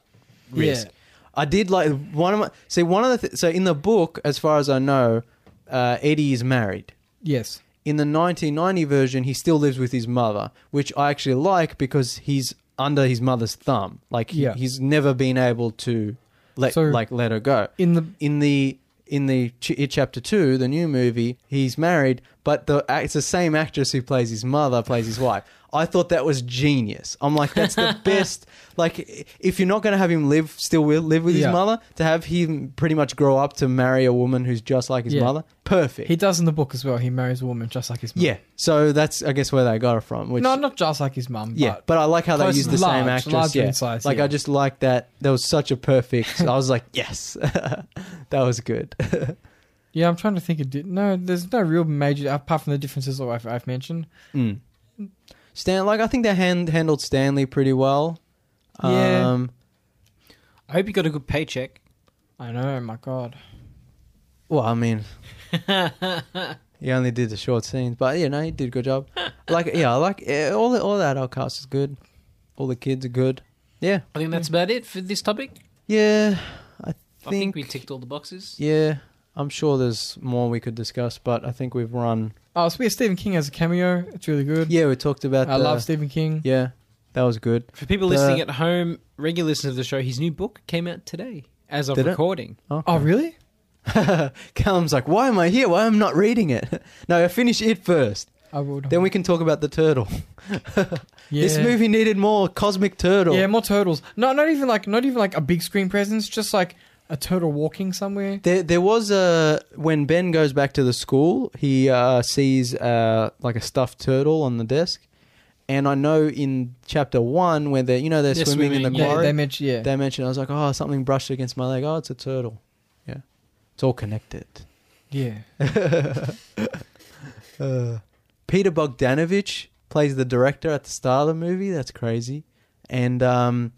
Yeah.
risk. I did like one of my see one of the th- so in the book, as far as I know, uh, Eddie is married.
yes.
In the 1990 version, he still lives with his mother, which I actually like because he's under his mother's thumb. Like he,
Yeah.
he's never been able to let
So-
like let her go
In the
in the in the ch- It chapter two, the new movie, he's married, but the act- it's the same actress who plays his mother plays his wife. I thought that was genius. I'm like, that's the best. Like, i- if you're not going to have him live still wi- live with
Yeah.
his mother, to have him pretty much grow up to marry a woman who's just like his
Yeah.
mother, perfect.
He does in the book as well. He marries a woman just like his mum.
yeah. So that's I guess where they got it from. Which
no, not just like his mum.
yeah, but I like how they
Close-
use the
large,
same actress.
larger
Yeah,
in size,
like
yeah.
I just like that. That was such a perfect. I was like, yes, that was good.
yeah, I'm trying to think. It did no. There's no real major apart from the differences that I've, I've mentioned.
Mm. Stan, like I think they hand, handled Stanley pretty well.
Yeah.
Um,
I hope you got a good paycheck.
I know. oh My God.
well, I mean, he only did the short scenes, but you know, he did a good job. like, yeah, I like eh, all the, all that outcast is good. All the kids are good. Yeah,
I think that's about it for this topic.
yeah. I think,
I think we ticked all the boxes.
Yeah, I'm sure there's more we could discuss, but I think we've run.
Oh, so we have Stephen King as a cameo. It's really good.
Yeah, we talked about.
I
the-
love Stephen King.
Yeah, that was good.
For people
The-
listening at home, regular listeners of the show, his new book came out today as of
Did it?
recording.
Oh, really?
Callum's like, why am I here? Why am I not reading it? no, finish it first.
I would.
Then we can talk about the turtle.
yeah.
This movie needed more cosmic turtle.
Yeah, more turtles. No, not even like not even like a big screen presence. Just like a turtle walking somewhere.
There, there was a when Ben goes back to the school, he uh, sees uh, like a stuffed turtle on the desk, and I know in chapter one where they, are you know, they're,
They're
swimming, in
swimming,
the
They,
yeah.
quarry.
they mentioned yeah.
They mentioned I was like, oh, something brushed against my leg. Oh, it's a turtle. Yeah, it's all connected.
yeah.
Uh, Peter Bogdanovich plays the director at the start of the movie. That's crazy. And um,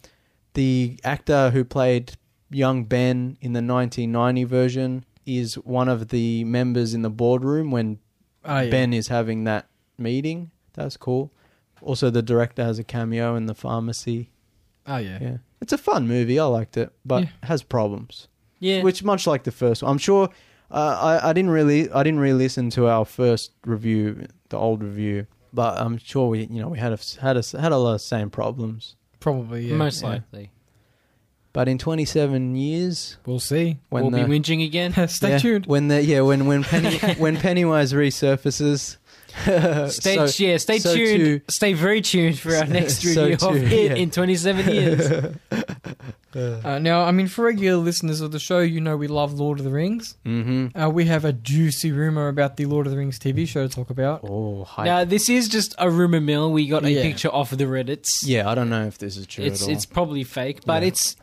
the actor who played young Ben in the 1990 version is one of the members in the boardroom when
Oh, yeah.
Ben is having that meeting. That was cool. Also, the director has a cameo in the pharmacy.
Oh yeah.
Yeah, it's a fun movie. I liked it, but
Yeah.
it has problems.
Yeah.
Which much like the first one, I'm sure. Uh, I I didn't really I didn't really listen to our first review, the old review, but I'm sure we you know we had a, had a, had a lot of same problems.
Probably. Yeah.
Most
yeah.
likely.
But in 27 years,
We'll see.
when
we'll
the,
be whinging again.
Stay
yeah,
tuned.
When the yeah when when Penny when Pennywise resurfaces,
Stay
Uh, So-
yeah, stay
so
tuned.
too-
stay very tuned for our next
So
review of
too,
it
yeah.
in 27 years.
Uh, now, I mean, for regular listeners of the show, you know we love Lord of the Rings.
Mm-hmm.
Uh, we have a juicy rumor about the Lord of the Rings TV show to talk about.
Oh, hype.
now, this is just a rumor mill. We got a
Yeah.
picture off of the Reddits.
yeah, I don't know if this is true
it's
at all.
it's probably fake, but
Yeah.
it's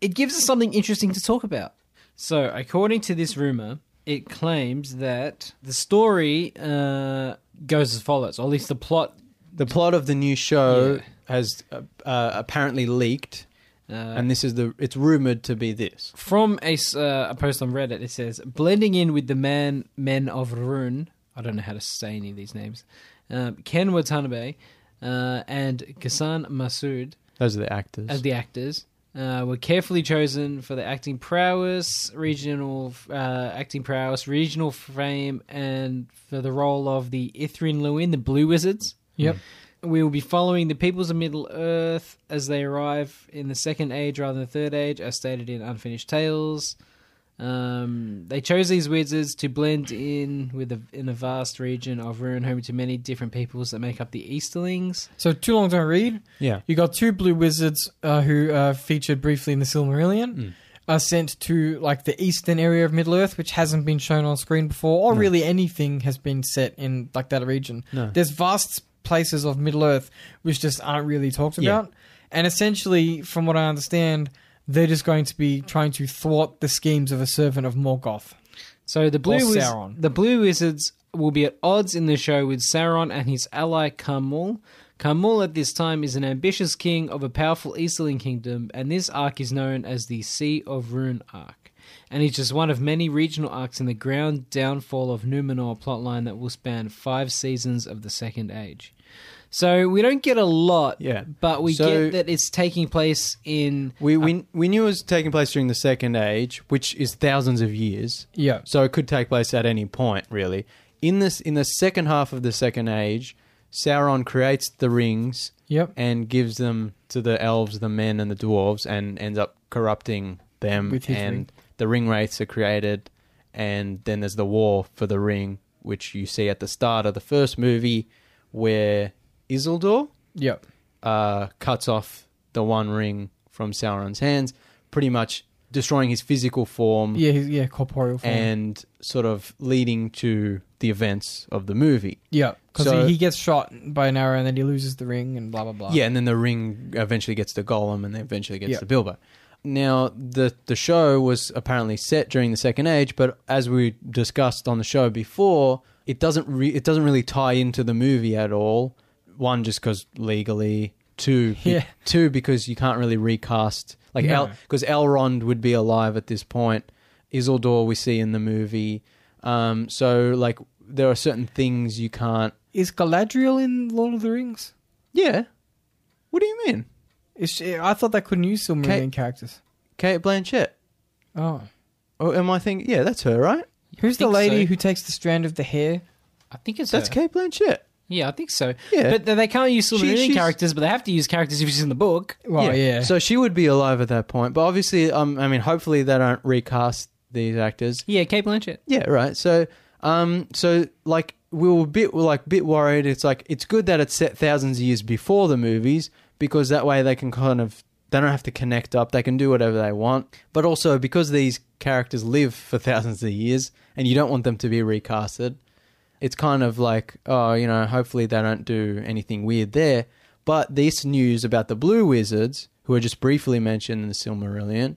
it gives us something interesting to talk about. So, according to this rumor, it claims that the story uh, goes as follows, or at least the plot.
the plot of the new show
Yeah.
has uh, uh, apparently leaked,
Uh,
and this is the it's rumored to be this.
from a, s- uh, a post on Reddit, it says, blending in with the man men of Rune, I don't know how to say any of these names, um, Ken Watanabe uh, and Kasan Masood
Those are the actors.
as the actors uh, were carefully chosen for the acting prowess, regional uh, acting prowess, regional fame, and for the role of the Ithrin Luin, the Blue Wizards.
Yep.
We will be following the peoples of Middle Earth as they arrive in the Second Age rather than the Third Age, as stated in Unfinished Tales. Um, they chose these wizards to blend in with the, in a vast region of ruin, home to many different peoples that make up the Easterlings.
So too long don't read.
yeah.
You got two blue wizards uh, who uh, featured briefly in the Silmarillion.
Hmm.
Are sent to like the eastern area of Middle Earth, which hasn't been shown on screen before, or really anything has been set in like that region.
No.
There's vast places of Middle Earth which just aren't really talked
Yeah.
about, and essentially, from what I understand, they're just going to be trying to thwart the schemes of a servant of Morgoth.
So the blue
Or
wiz-
Sauron.
the blue wizards will be at odds in the show with Sauron and his ally Carmul. Carmul at this time is an ambitious king of a powerful Easterling kingdom, and this arc is known as the Sea of Rune arc. And it's just one of many regional arcs in the ground downfall of Numenor plotline that will span five seasons of the Second Age. So we don't get a lot,
Yeah.
but we
So-
get that it's taking place in
We we we knew it was taking place during the Second Age, which is thousands of years.
Yeah.
So it could take place at any point, really. In this in the second half of the Second Age, Sauron creates the rings
Yep.
and gives them to the elves, the men, and the dwarves, and ends up corrupting them.
With his
and
ring.
the ring wraiths are created, and then there's the war for the ring, which you see at the start of the first movie, where Isildur
Yep.
uh, cuts off the one ring from Sauron's hands, pretty much destroying his physical form
Yeah. he's- Yeah. Corporeal form.
and sort of leading to the events of the movie.
Yeah, because
So-
he, he gets shot by an arrow and then he loses the ring and blah blah blah.
Yeah, and then the ring eventually gets to Gollum and then eventually gets
Yeah.
to Bilbo. Now, the, the show was apparently set during the Second Age, but as we discussed on the show before, it doesn't re- it doesn't really tie into the movie at all. One, just because legally. Two, be-
Yeah.
two because you can't really recast like
No.
because Elrond would be alive at this point. Isildur we see in the movie, um, so like there are certain things you can't.
is Galadriel in Lord of the Rings?
Yeah, what do you mean?
Is she, I thought they couldn't use Silmarillion
Kate-
characters.
Kate Blanchett.
Oh,
Oh, am I thinking? Yeah, that's her, right?
who's the
think
lady
so.
who takes the strand of the hair?
I think it's
That's
her.
Kate Blanchett.
yeah, I think so.
Yeah.
But they can't use
She-
Silmarillion
she's-
characters, but they have to use characters if it's in the book.
Well, yeah.
So she would be alive at that point, but obviously, um, I mean, hopefully they don't recast these actors.
Yeah, Kate Blanchett.
Yeah, right. So, um, so like we were a bit we're like a bit worried. It's like it's good that it's set thousands of years before the movies because that way they can kind of they don't have to connect up. They can do whatever they want. But also because these characters live for thousands of years, and you don't want them to be recasted. It's kind of like oh, you know, hopefully they don't do anything weird there. But this news about the Blue Wizards, who are just briefly mentioned in the Silmarillion,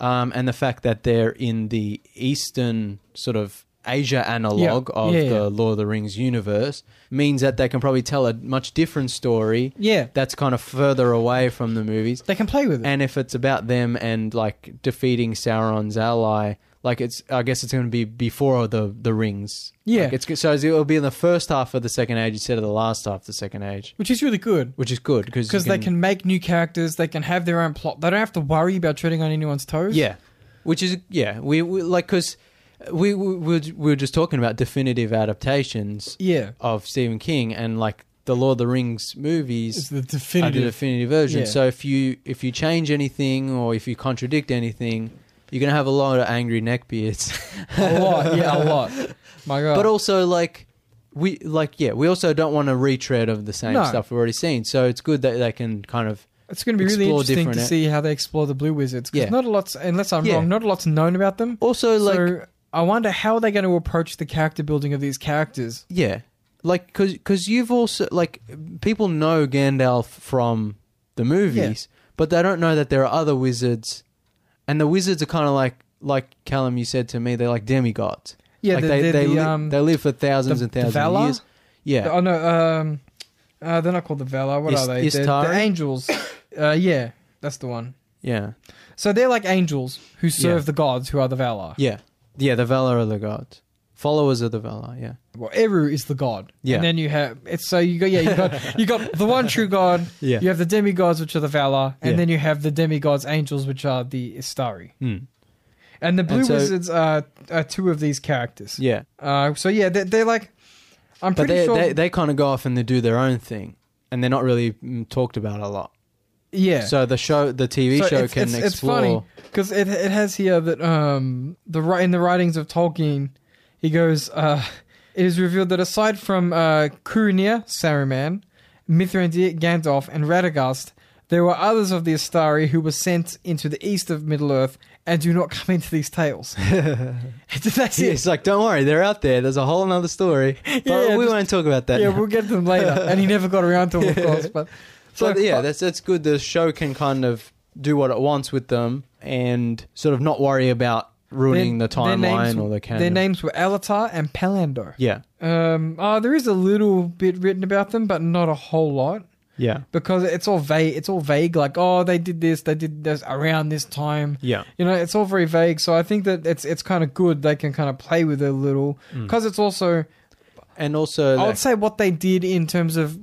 um, and the fact that they're in the Eastern sort of Asia analog
Yeah.
of
Yeah,
the
yeah.
Lord of the Rings universe means that they can probably tell a much different story
yeah,
that's kind of further away from the movies.
they can play with it.
And if it's about them and like defeating Sauron's ally, Like it's, I guess it's going to be before the the rings.
Yeah.
Like it's so it'll be in the first half of the second age instead of the last half of the second age,
which is really good
which is good because
because they can make new characters. They can have their own plot. They don't have to worry about treading on anyone's toes.
Yeah, which is yeah, we, we like because we, we we were- we were just talking about definitive adaptations
yeah.
of Stephen King and like the Lord of the Rings
It's
movies
the
are the
definitive.
definitive version.
Yeah.
So if you if you change anything or if you contradict anything, you're gonna have a lot of angry neckbeards.
a lot, yeah, a lot. My God,
but also like we like yeah, we also don't want to retread of the same
No.
stuff we've already seen. So it's good that they can kind of
it's going to be really
explore
interesting to
different-
see how they explore the Blue Wizards. Because
Yeah.
not a lot's, unless I'm
Yeah.
wrong, not a lot's known about them.
also like
so I wonder how they're going to approach the character building of these characters.
Yeah, like because you've also like people know Gandalf from the movies, but they don't know that there are other wizards, and the wizards are kind of like like Callum, you said to me, they're like demigods.
Yeah,
like
the,
they
the,
they,
the,
li-
um,
they live for thousands
the-
and
the
thousands of
Valar?
years. Yeah,
Oh no, um, uh, they're not called the Valar. What
Is-
are they? They're-
Istari?
They're angels. Uh, yeah, that's the one.
yeah,
So they're like angels who serve
Yeah.
the gods, who are the Valar.
yeah, yeah. The Valar are the gods, followers of the Valar. Yeah,
Well, Eru is the god.
Yeah.
And then you have it's so you got yeah you got you got the one true god.
Yeah.
You have the demigods, which are the Valar, and
Yeah.
then you have the demigods angels, which are the Istari.
Hmm.
And the blue
And so-
wizards are, are two of these characters.
yeah.
Uh, so yeah, they're, they're like.
But
I'm pretty
they
sure.
they, they kind of go off and they do their own thing, and they're not really mm, talked about a lot.
yeah.
So the show, the TV
So
show,
it's,
can
it's, it's
explore.
funny because it it has here that um the ri- in the writings of Tolkien, he goes uh it is revealed that aside from uh Kurunir, Saruman, Mithrandir, Gandalf, and Radagast, there were others of the Astari who were sent into the east of Middle Earth and do not come into these tales. That's
Yeah,
it.
it's like, don't worry, they're out there. There's a whole other story. But
Yeah,
we
just-
won't talk about that.
Yeah,
now.
we'll get to them later. And he never got around to them, of course. But
so yeah, that's that's good. The show can kind of do what it wants with them and sort of not worry about ruining the
their names
timeline or
were-
the canon.
Their names were Alatar and Palando.
yeah,
Um, oh, there is a little bit written about them, but not a whole lot
yeah,
because it's all vague. It's all vague. Like, oh, they did this, they did this around this time.
yeah,
You know, it's all very vague. So I think that it's it's kind of good. They can kind of play with it a little
Mm.
because it's also
and also
I
like,
would say what they did in terms of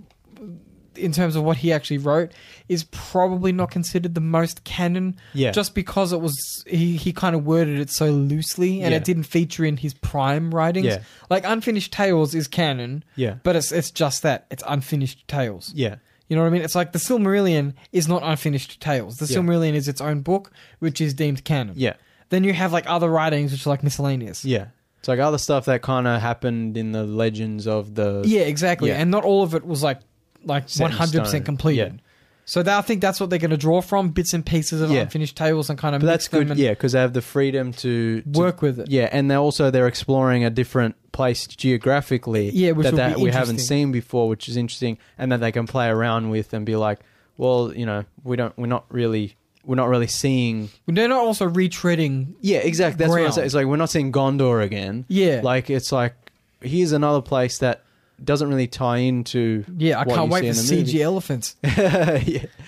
in terms of what he actually wrote is probably not considered the most canon.
Yeah.
Just because it was he, he kind of worded it so loosely and
Yeah.
it didn't feature in his prime writings.
Yeah.
Like Unfinished Tales is canon.
Yeah.
But it's it's just that. It's unfinished tales.
yeah,
You know what I mean? It's like the Silmarillion is not unfinished tales. The
Yeah.
Silmarillion is its own book, which is deemed canon.
yeah,
Then you have like other writings which are like miscellaneous.
yeah. It's like other stuff that kind of happened in the legends of the
Yeah, exactly.
Yeah.
And not all of it was like like
Set
one
in
hundred
stone.
percent completed.
Yeah.
So that, I think that's what they're going to draw from bits and pieces of
Yeah.
unfinished tables and kind of
But
mix
that's
them
good,
and
yeah, because they have the freedom to, to
work with it.
Yeah, and they're also they're exploring a different place geographically.
Yeah, which
that,
will
that
be
we haven't
interesting.
seen before, which is interesting, and that they can play around with and be like, well, you know, we don't, we're not really, we're not really seeing.
They're not also retreading.
Yeah, exactly. That's what I'm
Ground.
saying. It's like we're not seeing Gondor again.
Yeah,
Like it's like here's another place that doesn't really tie into.
yeah. I
what
can't
you
wait
see
for
in the
CG
movie.
elephants.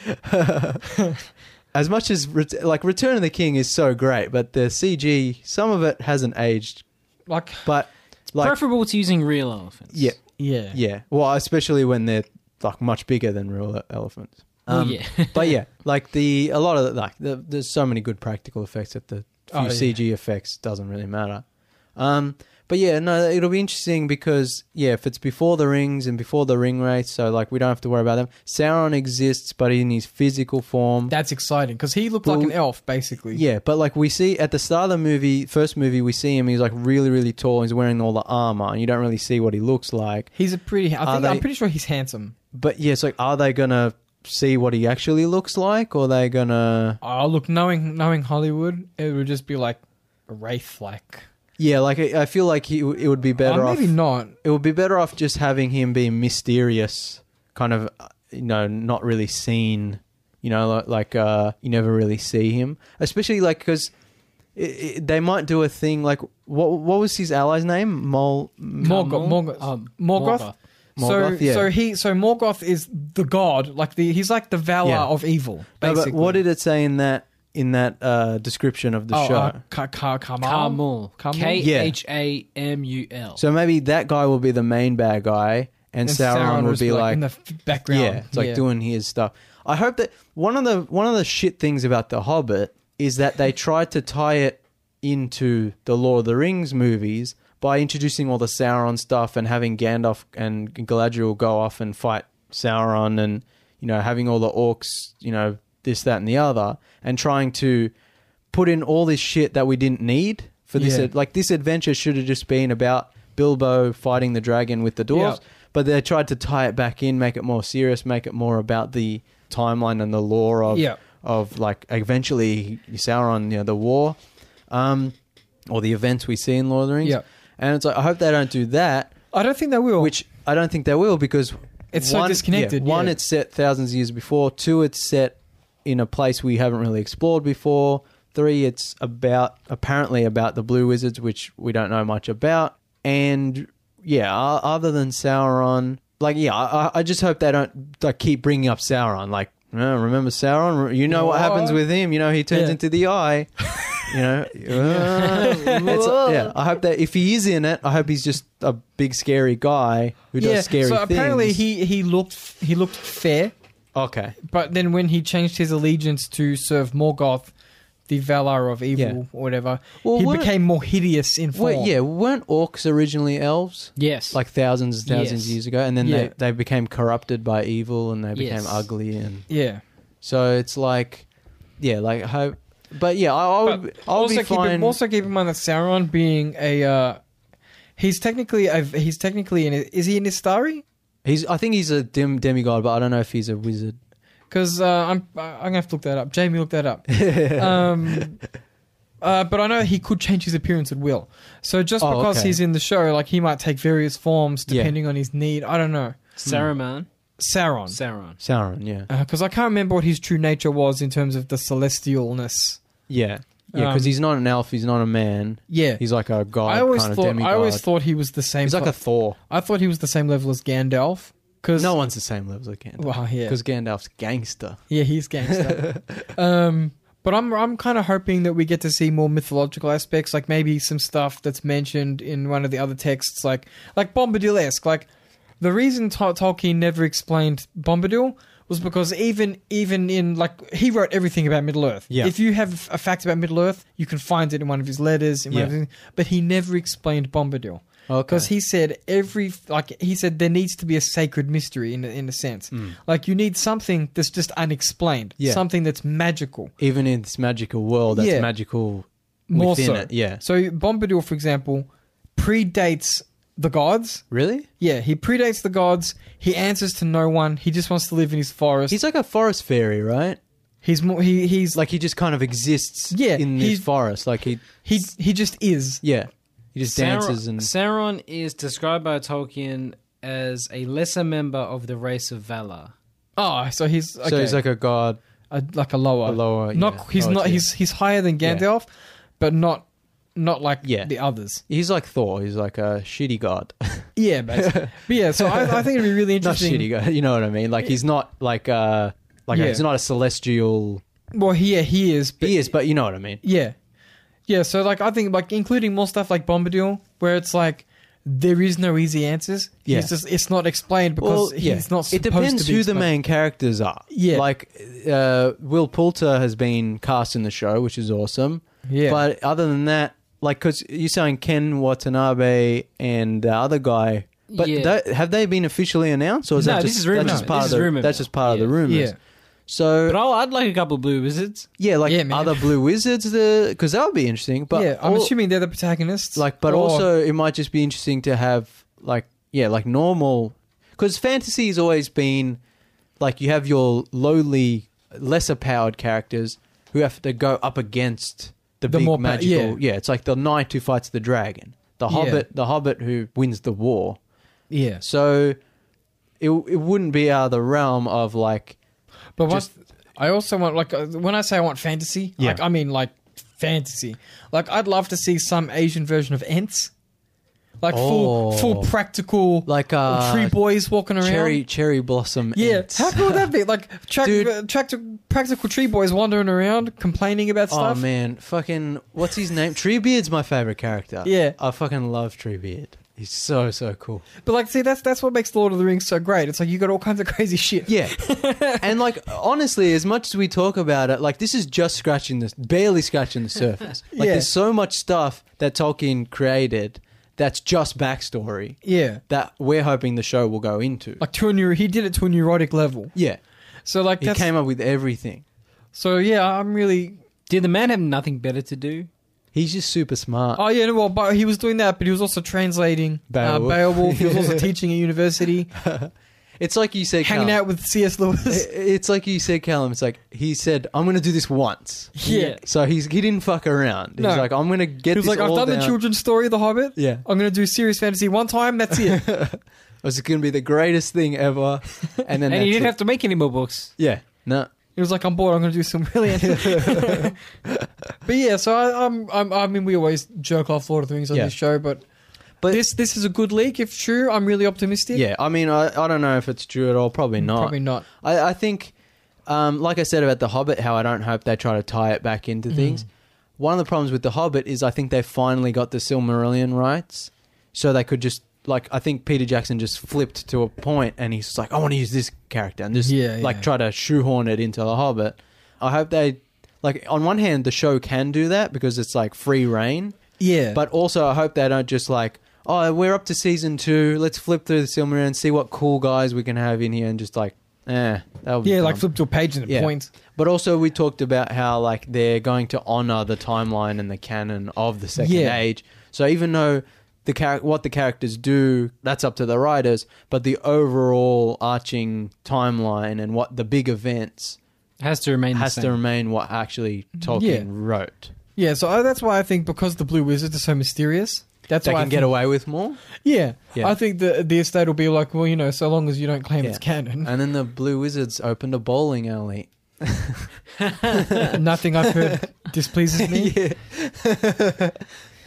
Yeah. as much as Ret- like Return of the King is so great, but the CG, some of it hasn't aged,
Like,
but like
Preferable to using real elephants.
yeah.
yeah,
Yeah. Well, especially when they're like much bigger than real e-, elephants.
Well,
Um,
yeah.
but yeah, like the a lot of the, like the, there's so many good practical effects that the few
Oh, yeah.
CG effects doesn't really matter. Um, but yeah, no, it'll be interesting because yeah, if it's before the rings and before the ring race, so like we don't have to worry about them. Sauron exists, but in his physical form.
That's exciting because he looked
Well,
like an elf, basically.
yeah, but like we see at the start of the movie, first movie, we see him. He's like really, really tall. He's wearing all the armor, and you don't really see what he looks like.
he's a pretty. I
Are
think
they-
I'm pretty sure he's handsome.
But yeah, it's like, are they gonna see what he actually looks like, or they gonna?
Oh, look, knowing knowing Hollywood, it would just be like a wraith, like.
Yeah, like I I feel like he, it would be better
Oh,
off.
maybe not.
It would be better off just having him be mysterious, kind of, uh, you know, not really seen. You know, li- like uh, you never really see him, especially like because. they might do a thing like what? What was his ally's name? Mol.
Morgoth.
Camel?
Morgoth. uh,
Um,
Morgoth.
Morgoth,
so,
yeah.
so he, so Morgoth is the god, like the he's like the Valar
Yeah.
of evil,
No,
basically.
but what did it say in that? in that uh, description of the
oh,
show.
uh, Ka- Ka- Kamal?
Kamul.
Kamul?
K
Yeah.
H A M U L.
so maybe that guy will be the main bad guy, and,
And
Sauron, will
was,
be like,
in the f- background.
Yeah, it's like doing his stuff. I hope that one of the one of the shit things about the Hobbit is that they tried to tie it into the Lord of the Rings movies by introducing all the Sauron stuff and having Gandalf and Galadriel go off and fight Sauron and you know having all the orcs, you know this that and the other, and trying to put in all this shit that we didn't need for this.
Yeah.
ad- Like this adventure should have just been about Bilbo fighting the dragon with the dwarves,
Yeah.
but they tried to tie it back in, make it more serious, make it more about the timeline and the lore of
Yeah.
of like eventually Sauron, you know, the war, um, or the events we see in Lord of the Rings.
Yeah.
And it's like I hope they don't do that,
I don't think they will.
which I don't think they will because
It's so disconnected,
yeah, one,
yeah.
it's set thousands of years before. Two, it's set in a place we haven't really explored before. Three, it's about apparently about the Blue Wizards, which we don't know much about. And yeah, o- other than Sauron, like yeah, I, I- I just hope they don't like keep bringing up Sauron. Like, "Oh, remember Sauron? You know what
What?
happens with him? You know he turns
Yeah.
into the Eye. You know, It's- yeah. I hope that if he is in it, I hope he's just a big scary guy who does scary
so
things.
apparently he he looked he looked fair,
okay.
but then when he changed his allegiance to serve Morgoth, the Valar of evil
Yeah.
or whatever,
Well,
he
weren't-
became more hideous in form.
Wait, yeah, weren't orcs originally elves?
Yes.
Like thousands and thousands of
Yes.
years ago, and then
Yeah.
they, they became corrupted by evil and they became
Yes.
ugly, and
yeah.
so it's like, yeah, like I hope, but yeah, I, I would,
But
I'll
also
be
keep
fine.
in, also keep in mind that Sauron being a uh, he's technically a, he's technically in is he an Istari?
he's, I think he's a dim demigod, but I don't know if he's a wizard.
Because uh, I'm I'm gonna have to look that up. Jamie, look that up. um, uh, but I know he could change his appearance at will. So just
Oh,
because
okay.
he's in the show, like he might take various forms
Yeah.
depending on his need. I don't know.
hmm.
Saruman.
Sauron.
Sauron.
Sauron, yeah,
Because Uh, I can't remember what his true nature was in terms of the celestialness.
yeah, yeah, because
Um,
he's not an elf, he's not a man,
Yeah,
he's like a god.
I always
kind of
thought
demigod.
I always thought he was the same.
he's like a
cla-
Thor.
I thought he was the same level as Gandalf. Because
No one's the same level as Gandalf
Well, yeah,
because Gandalf's gangster.
yeah, he's gangster. um, but I'm I'm kind of hoping that we get to see more mythological aspects, like maybe some stuff that's mentioned in one of the other texts, like like Bombadil esque. Like the reason Tol- Tolkien never explained Bombadil was because even even in like he wrote everything about Middle Earth.
Yeah.
If you have a fact about Middle Earth, you can find it in one of his letters. In one of
Yeah.
his, but he never explained Bombadil
Oh, Okay.
because he said every like he said there needs to be a sacred mystery in a- in a sense like you need something that's just unexplained
Hmm. Yeah.
something that's magical
Even in this magical world, that's
Yeah.
magical
more
within
so
it. Yeah.
so bombadil for example predates the gods
Really?
yeah he predates the gods he answers to no one he just wants to live in his forest he's,
He's like a forest fairy, right?
more he, he's like
Like he just kind of exists
Yeah,
in this
he's-
forest. Like he,
he he just is
yeah, he just dances
Sauron,
and
Sauron is described by Tolkien as a lesser member of the race of Valar.
oh so he's okay.
so he's like a god.
a, like a lower
A lower,
not
yeah,
he's
lower
not
tier.
he's he's higher than
Yeah.
gandalf but not not like
Yeah.
the others
He's like Thor. He's like a shitty god,
Yeah, basically. but yeah, so I, I think it'd be really
not
interesting.
shitty god. You know what I mean? Like he's not like uh like
Yeah.
he's not a celestial.
Well, yeah, he is. But,
He is, but you know what I mean.
Yeah, yeah. So like, I think like including more stuff like Bombadil, where it's like there is no easy answers.
Yeah.
He's just it's not explained because he's not. Supposed
It depends
to be
who the
explained.
main characters are.
Yeah.
like uh, Will Poulter has been cast in the show, which is awesome.
Yeah.
but other than that, like because you're saying Ken Watanabe and the other guy, but
Yeah.
tho- have they been officially announced or is
No,
that
this
just,
is rumor.
That's just
No,
part
this
of
is
the,
rumor
That's
mill.
just part of the
Yeah.
rumors.
Yeah.
So
But I'll, I'd like a couple of blue wizards.
yeah, like
Yeah, man.
other Blue Wizards, the because that would be interesting. But
yeah, I'm
all-
assuming they're the protagonists.
like, but
or-
also it might just be interesting to have like yeah, like normal because fantasy has always been like you have your lowly, lesser powered characters who have to go up against the,
The
big
more pa-
magical.
yeah.
yeah. it's like the knight who fights the dragon, the
Yeah.
hobbit, the hobbit who wins the war.
yeah.
So it it wouldn't be out of the realm of like
But what
Just-
I also want, like, uh, when I say I want fantasy,
Yeah.
like I mean like fantasy. Like I'd love to see some Asian version of Ents. like full
Oh.
full practical
Like uh,
tree boys walking around.
cherry cherry blossom.
Yeah,
ants.
how cool would that be? Like track,
Dude.
uh, track practical tree boys wandering around complaining about
Oh
stuff.
man, fucking what's his name? Treebeard's my favorite character.
Yeah.
I fucking love Treebeard. He's so so cool.
But like, see, that's that's what makes Lord of the Rings so great. It's like you got all kinds of crazy shit.
Yeah. and like honestly, as much as we talk about it, like this is just scratching the barely scratching the surface. Like
Yeah.
there's so much stuff that Tolkien created that's just backstory
yeah.
that we're hoping the show will go into.
Like to a neur- he did it to a neurotic level.
yeah.
So like,
He
that's,
came up with everything.
so yeah, I'm really.
Did the man have nothing better to do?
He's just super smart.
Oh yeah, well, but he was doing that, but he was also translating
Beowulf.
Uh, Beowulf. He was also teaching at university,
It's like you said
hanging
Callum.
out with C.S. Lewis.
It- It's like you said Callum, it's like he said I'm going to do this once.
yeah.
Yeah.
So he's he didn't fuck around. He's
No.
like, I'm gonna get.
He was
this
like, I've
all
done the
down.
children's story, The Hobbit.
Yeah,
I'm gonna do serious fantasy one time. That's it.
it's gonna be the greatest thing ever. And then
And, he
that's
didn't
it.
have to make any more books.
Yeah, no,
It was like I'm bored. I'm going to do some brilliant. but yeah, so I, I'm, I'm. I mean, we always joke off Lord of the Rings on
Yeah.
this show, but
But-
this this is a good leak if true. I'm really optimistic.
yeah. I mean, I, I don't know if it's true at all. Probably not.
probably not.
I, I think, um, like I said about the Hobbit, how I don't hope they try to tie it back into
Mm.
things. One of the problems with the Hobbit is I think they finally got the Silmarillion rights, so they could just like I think Peter Jackson just flipped to a point and he's just like, I want to use this character and just
Yeah,
like
yeah.
try to shoehorn it into the Hobbit. I hope they like on one hand the show can do that because it's like free reign.
Yeah,
But also, I hope they don't just like, oh, we're up to season two. Let's flip through the Silmarillion and see what cool guys we can have in here, and just like, eh, that would be
yeah, like
dumb.
flip to a page and it
Yeah.
points.
But also, we talked about how like they're going to honor the timeline and the canon of the Second
Yeah.
Age. So even though the char- what the characters do, that's up to the writers. But the overall arching timeline and what the big events
Has to remain
has
the
to
same.
remain what actually Tolkien
Yeah.
wrote.
Yeah, so I, that's why I think because the Blue Wizards are so mysterious, that's
they
why
can
I
get
think,
away with more.
Yeah,
Yeah.
I think the the estate will be like, well, you know, so long as you don't claim
Yeah.
it's canon,
And then the Blue Wizards opened a bowling alley.
nothing I've heard displeases me.
yeah.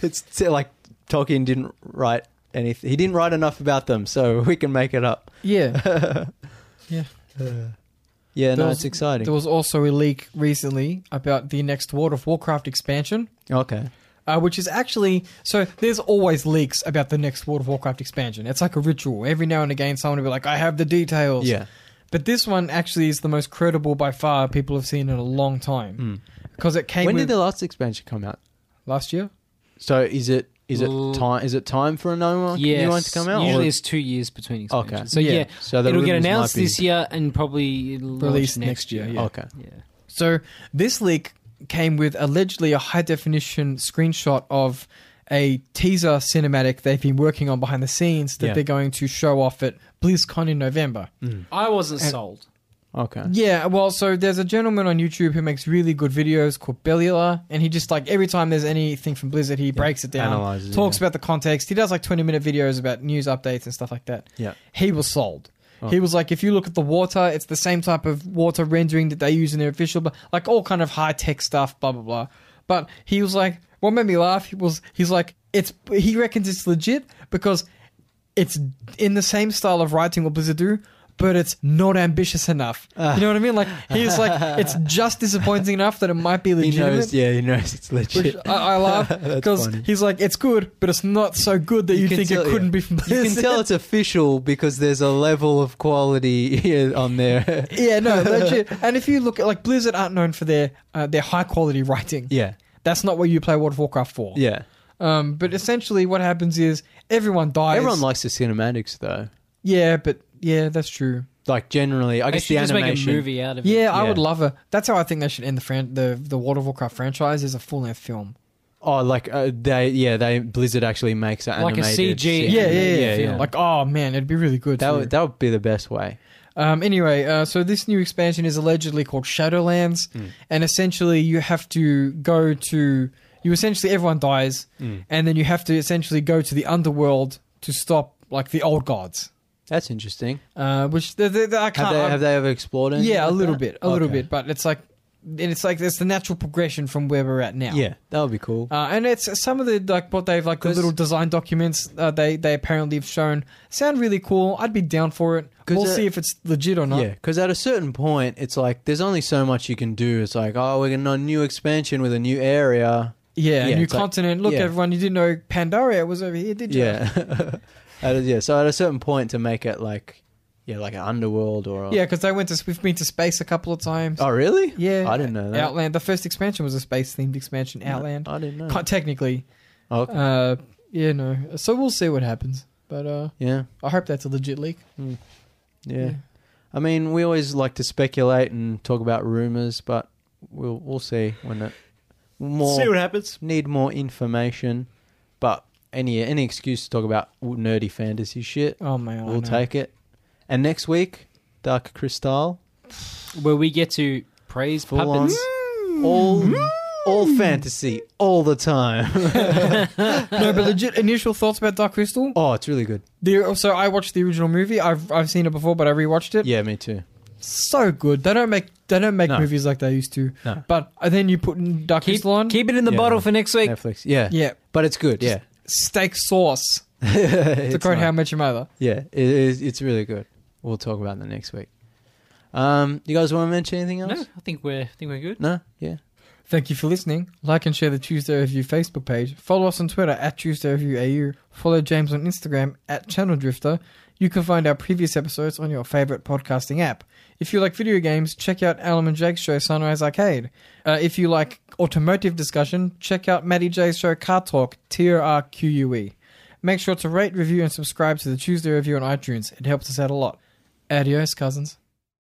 it's t- like Tolkien didn't write anything. He didn't write enough about them, so we can make it up.
Yeah,
Yeah, no,
There was-
it's exciting.
there was also a leak recently about the next World of Warcraft expansion.
okay.
uh, which is actually so. There's always leaks about the next World of Warcraft expansion. It's like a ritual. Every now and again, someone will be like, "I have the details."
Yeah.
But this one actually is the most credible by far. People have seen in a long time because it came
Hmm. When
with,
did the last expansion come out?
last year.
So is it is it
L-
time is it time for a new one,
Yes.
new one to come out?
Usually
or-
it's two years between expansions.
okay.
So yeah,
So the
it'll get
rumors might
announced
be-
this year and probably
Released
released next
next
year.
year, yeah.
Okay.
Yeah.
So this leak came with allegedly a high definition screenshot of a teaser cinematic they've been working on behind the scenes that
Yeah.
they're going to show off at BlizzCon in November.
I wasn't sold.
Okay.
Yeah, well, so there's a gentleman on YouTube who makes really good videos called Bellula, and he just like every time there's anything from Blizzard, he breaks it down,
analyzes it,
talks
yeah.
about the context. He does like 20 minute videos about news updates and stuff like that.
Yeah.
He was sold.
Oh.
He was like, if you look at the water, it's the same type of water rendering that they use in their official, but like all kind of high tech stuff, blah blah blah. But he was like, what made me laugh he was he's like, it's he reckons it's legit because it's in the same style of writing what Blizzard do, but it's not ambitious enough.
Ah.
you know what I mean? Like he's like, it's just disappointing enough that it might be
He
legitimate.
knows. Yeah, he knows it's
Which
legit.
I, I laugh
That's
because
funny.
he's like, it's good, but it's not so good that you,
can
think
tell-
it couldn't
yeah.
be from
You
Blizzard.
can tell it's official because there's a level of quality here on there.
Yeah, no, legit. And if you look at like Blizzard aren't known for their uh, their high quality writing.
yeah.
That's not what you play World of Warcraft for.
Yeah.
Um, but essentially, what happens is everyone dies.
Everyone likes the cinematics though.
yeah, but yeah, that's true.
Like generally, I
They
guess
should
the
just
animation.
make a movie out of it.
Yeah, I
Yeah.
would love a. That's how I think they should end the fran- the the World of Warcraft franchise is a full length film.
Oh, like uh, they, yeah, they Blizzard actually makes an
Like a
animated
CG
scene.
Yeah, yeah, yeah.
yeah, yeah.
Like, oh man, it'd be really good.
that
too.
would that would be the best way.
Um, anyway, uh, so this new expansion is allegedly called Shadowlands, and essentially you have to go to you essentially everyone dies, and then you have to essentially go to the underworld to stop like the old gods,
That's interesting.
uh, which they, they, they, I
Have
can't.
they
I-
have they ever explored it?
yeah, a little bit, a little bit, but it's like and it's like it's the natural progression from where we're at now.
Yeah, that would be cool.
Uh, and it's some of the like what they've like the
'Cause-
little design documents uh, they they apparently have shown sound really cool. I'd be down for it.
'Cause,
We'll
uh,
see if it's legit or not.
Yeah, because at a certain point, it's like there's only so much you can do. It's like, oh, we're getting a new expansion with a new area.
Yeah,
Yeah,
new
it's like-
continent. Look,
yeah.
everyone, you didn't know Pandaria was over here, did you?
Yeah. At a- yeah. So at a certain point, to make it like, yeah, like an underworld or. A,
yeah, because they went to we've been to space a couple of times.
Oh, really?
yeah,
I didn't know that.
Outland. The first expansion was a space themed expansion. Outland.
I didn't know.
Quite technically,
Oh, okay.
uh, yeah, no. So we'll see what happens. But uh,
yeah,
I hope that's a legit leak.
yeah.
Yeah.
I mean, we always like to speculate and talk about rumors, but we'll we'll see when it more
happens.
need more information. But any any excuse to talk about nerdy fantasy shit,
Oh man, I
we'll
know.
take it. And next week, Dark Crystal,
Where we get to praise
Full
puppets.
all all fantasy, all the time.
no, but legit initial thoughts about Dark Crystal.
oh, it's really good.
The, so I watched the original movie. I've I've seen it before, but I rewatched it.
Yeah, me too.
so good. They don't make they don't make
No.
movies like they used to.
No.
But uh, then you put in Dark
Keep,
Crystal on.
keep it in the
Yeah.
bottle for next week.
Netflix. Yeah,
yeah,
but it's good.
Just-
Yeah,
steak sauce.
it's
To quote
nice.
How I Met Your Mother.
Yeah, it is. It's really good. We'll talk about that next week. Um, you guys want to mention anything
No,
else?
I think we're I think we're good.
No. Yeah.
Thank you for listening. Like and share the Tuesday Review Facebook page. Follow us on Twitter at Tuesday Review AU. Follow James on Instagram at Channel Drifter. You can find our previous episodes on your favorite podcasting app. If you like video games, check out Alan and Jake's show Sunrise Arcade. Uh, if you like automotive discussion, check out Matty J's show Car Talk T O R Q U E. Make sure to rate, review, and subscribe to the Tuesday Review on iTunes. It helps us out a lot. Adios, cousins.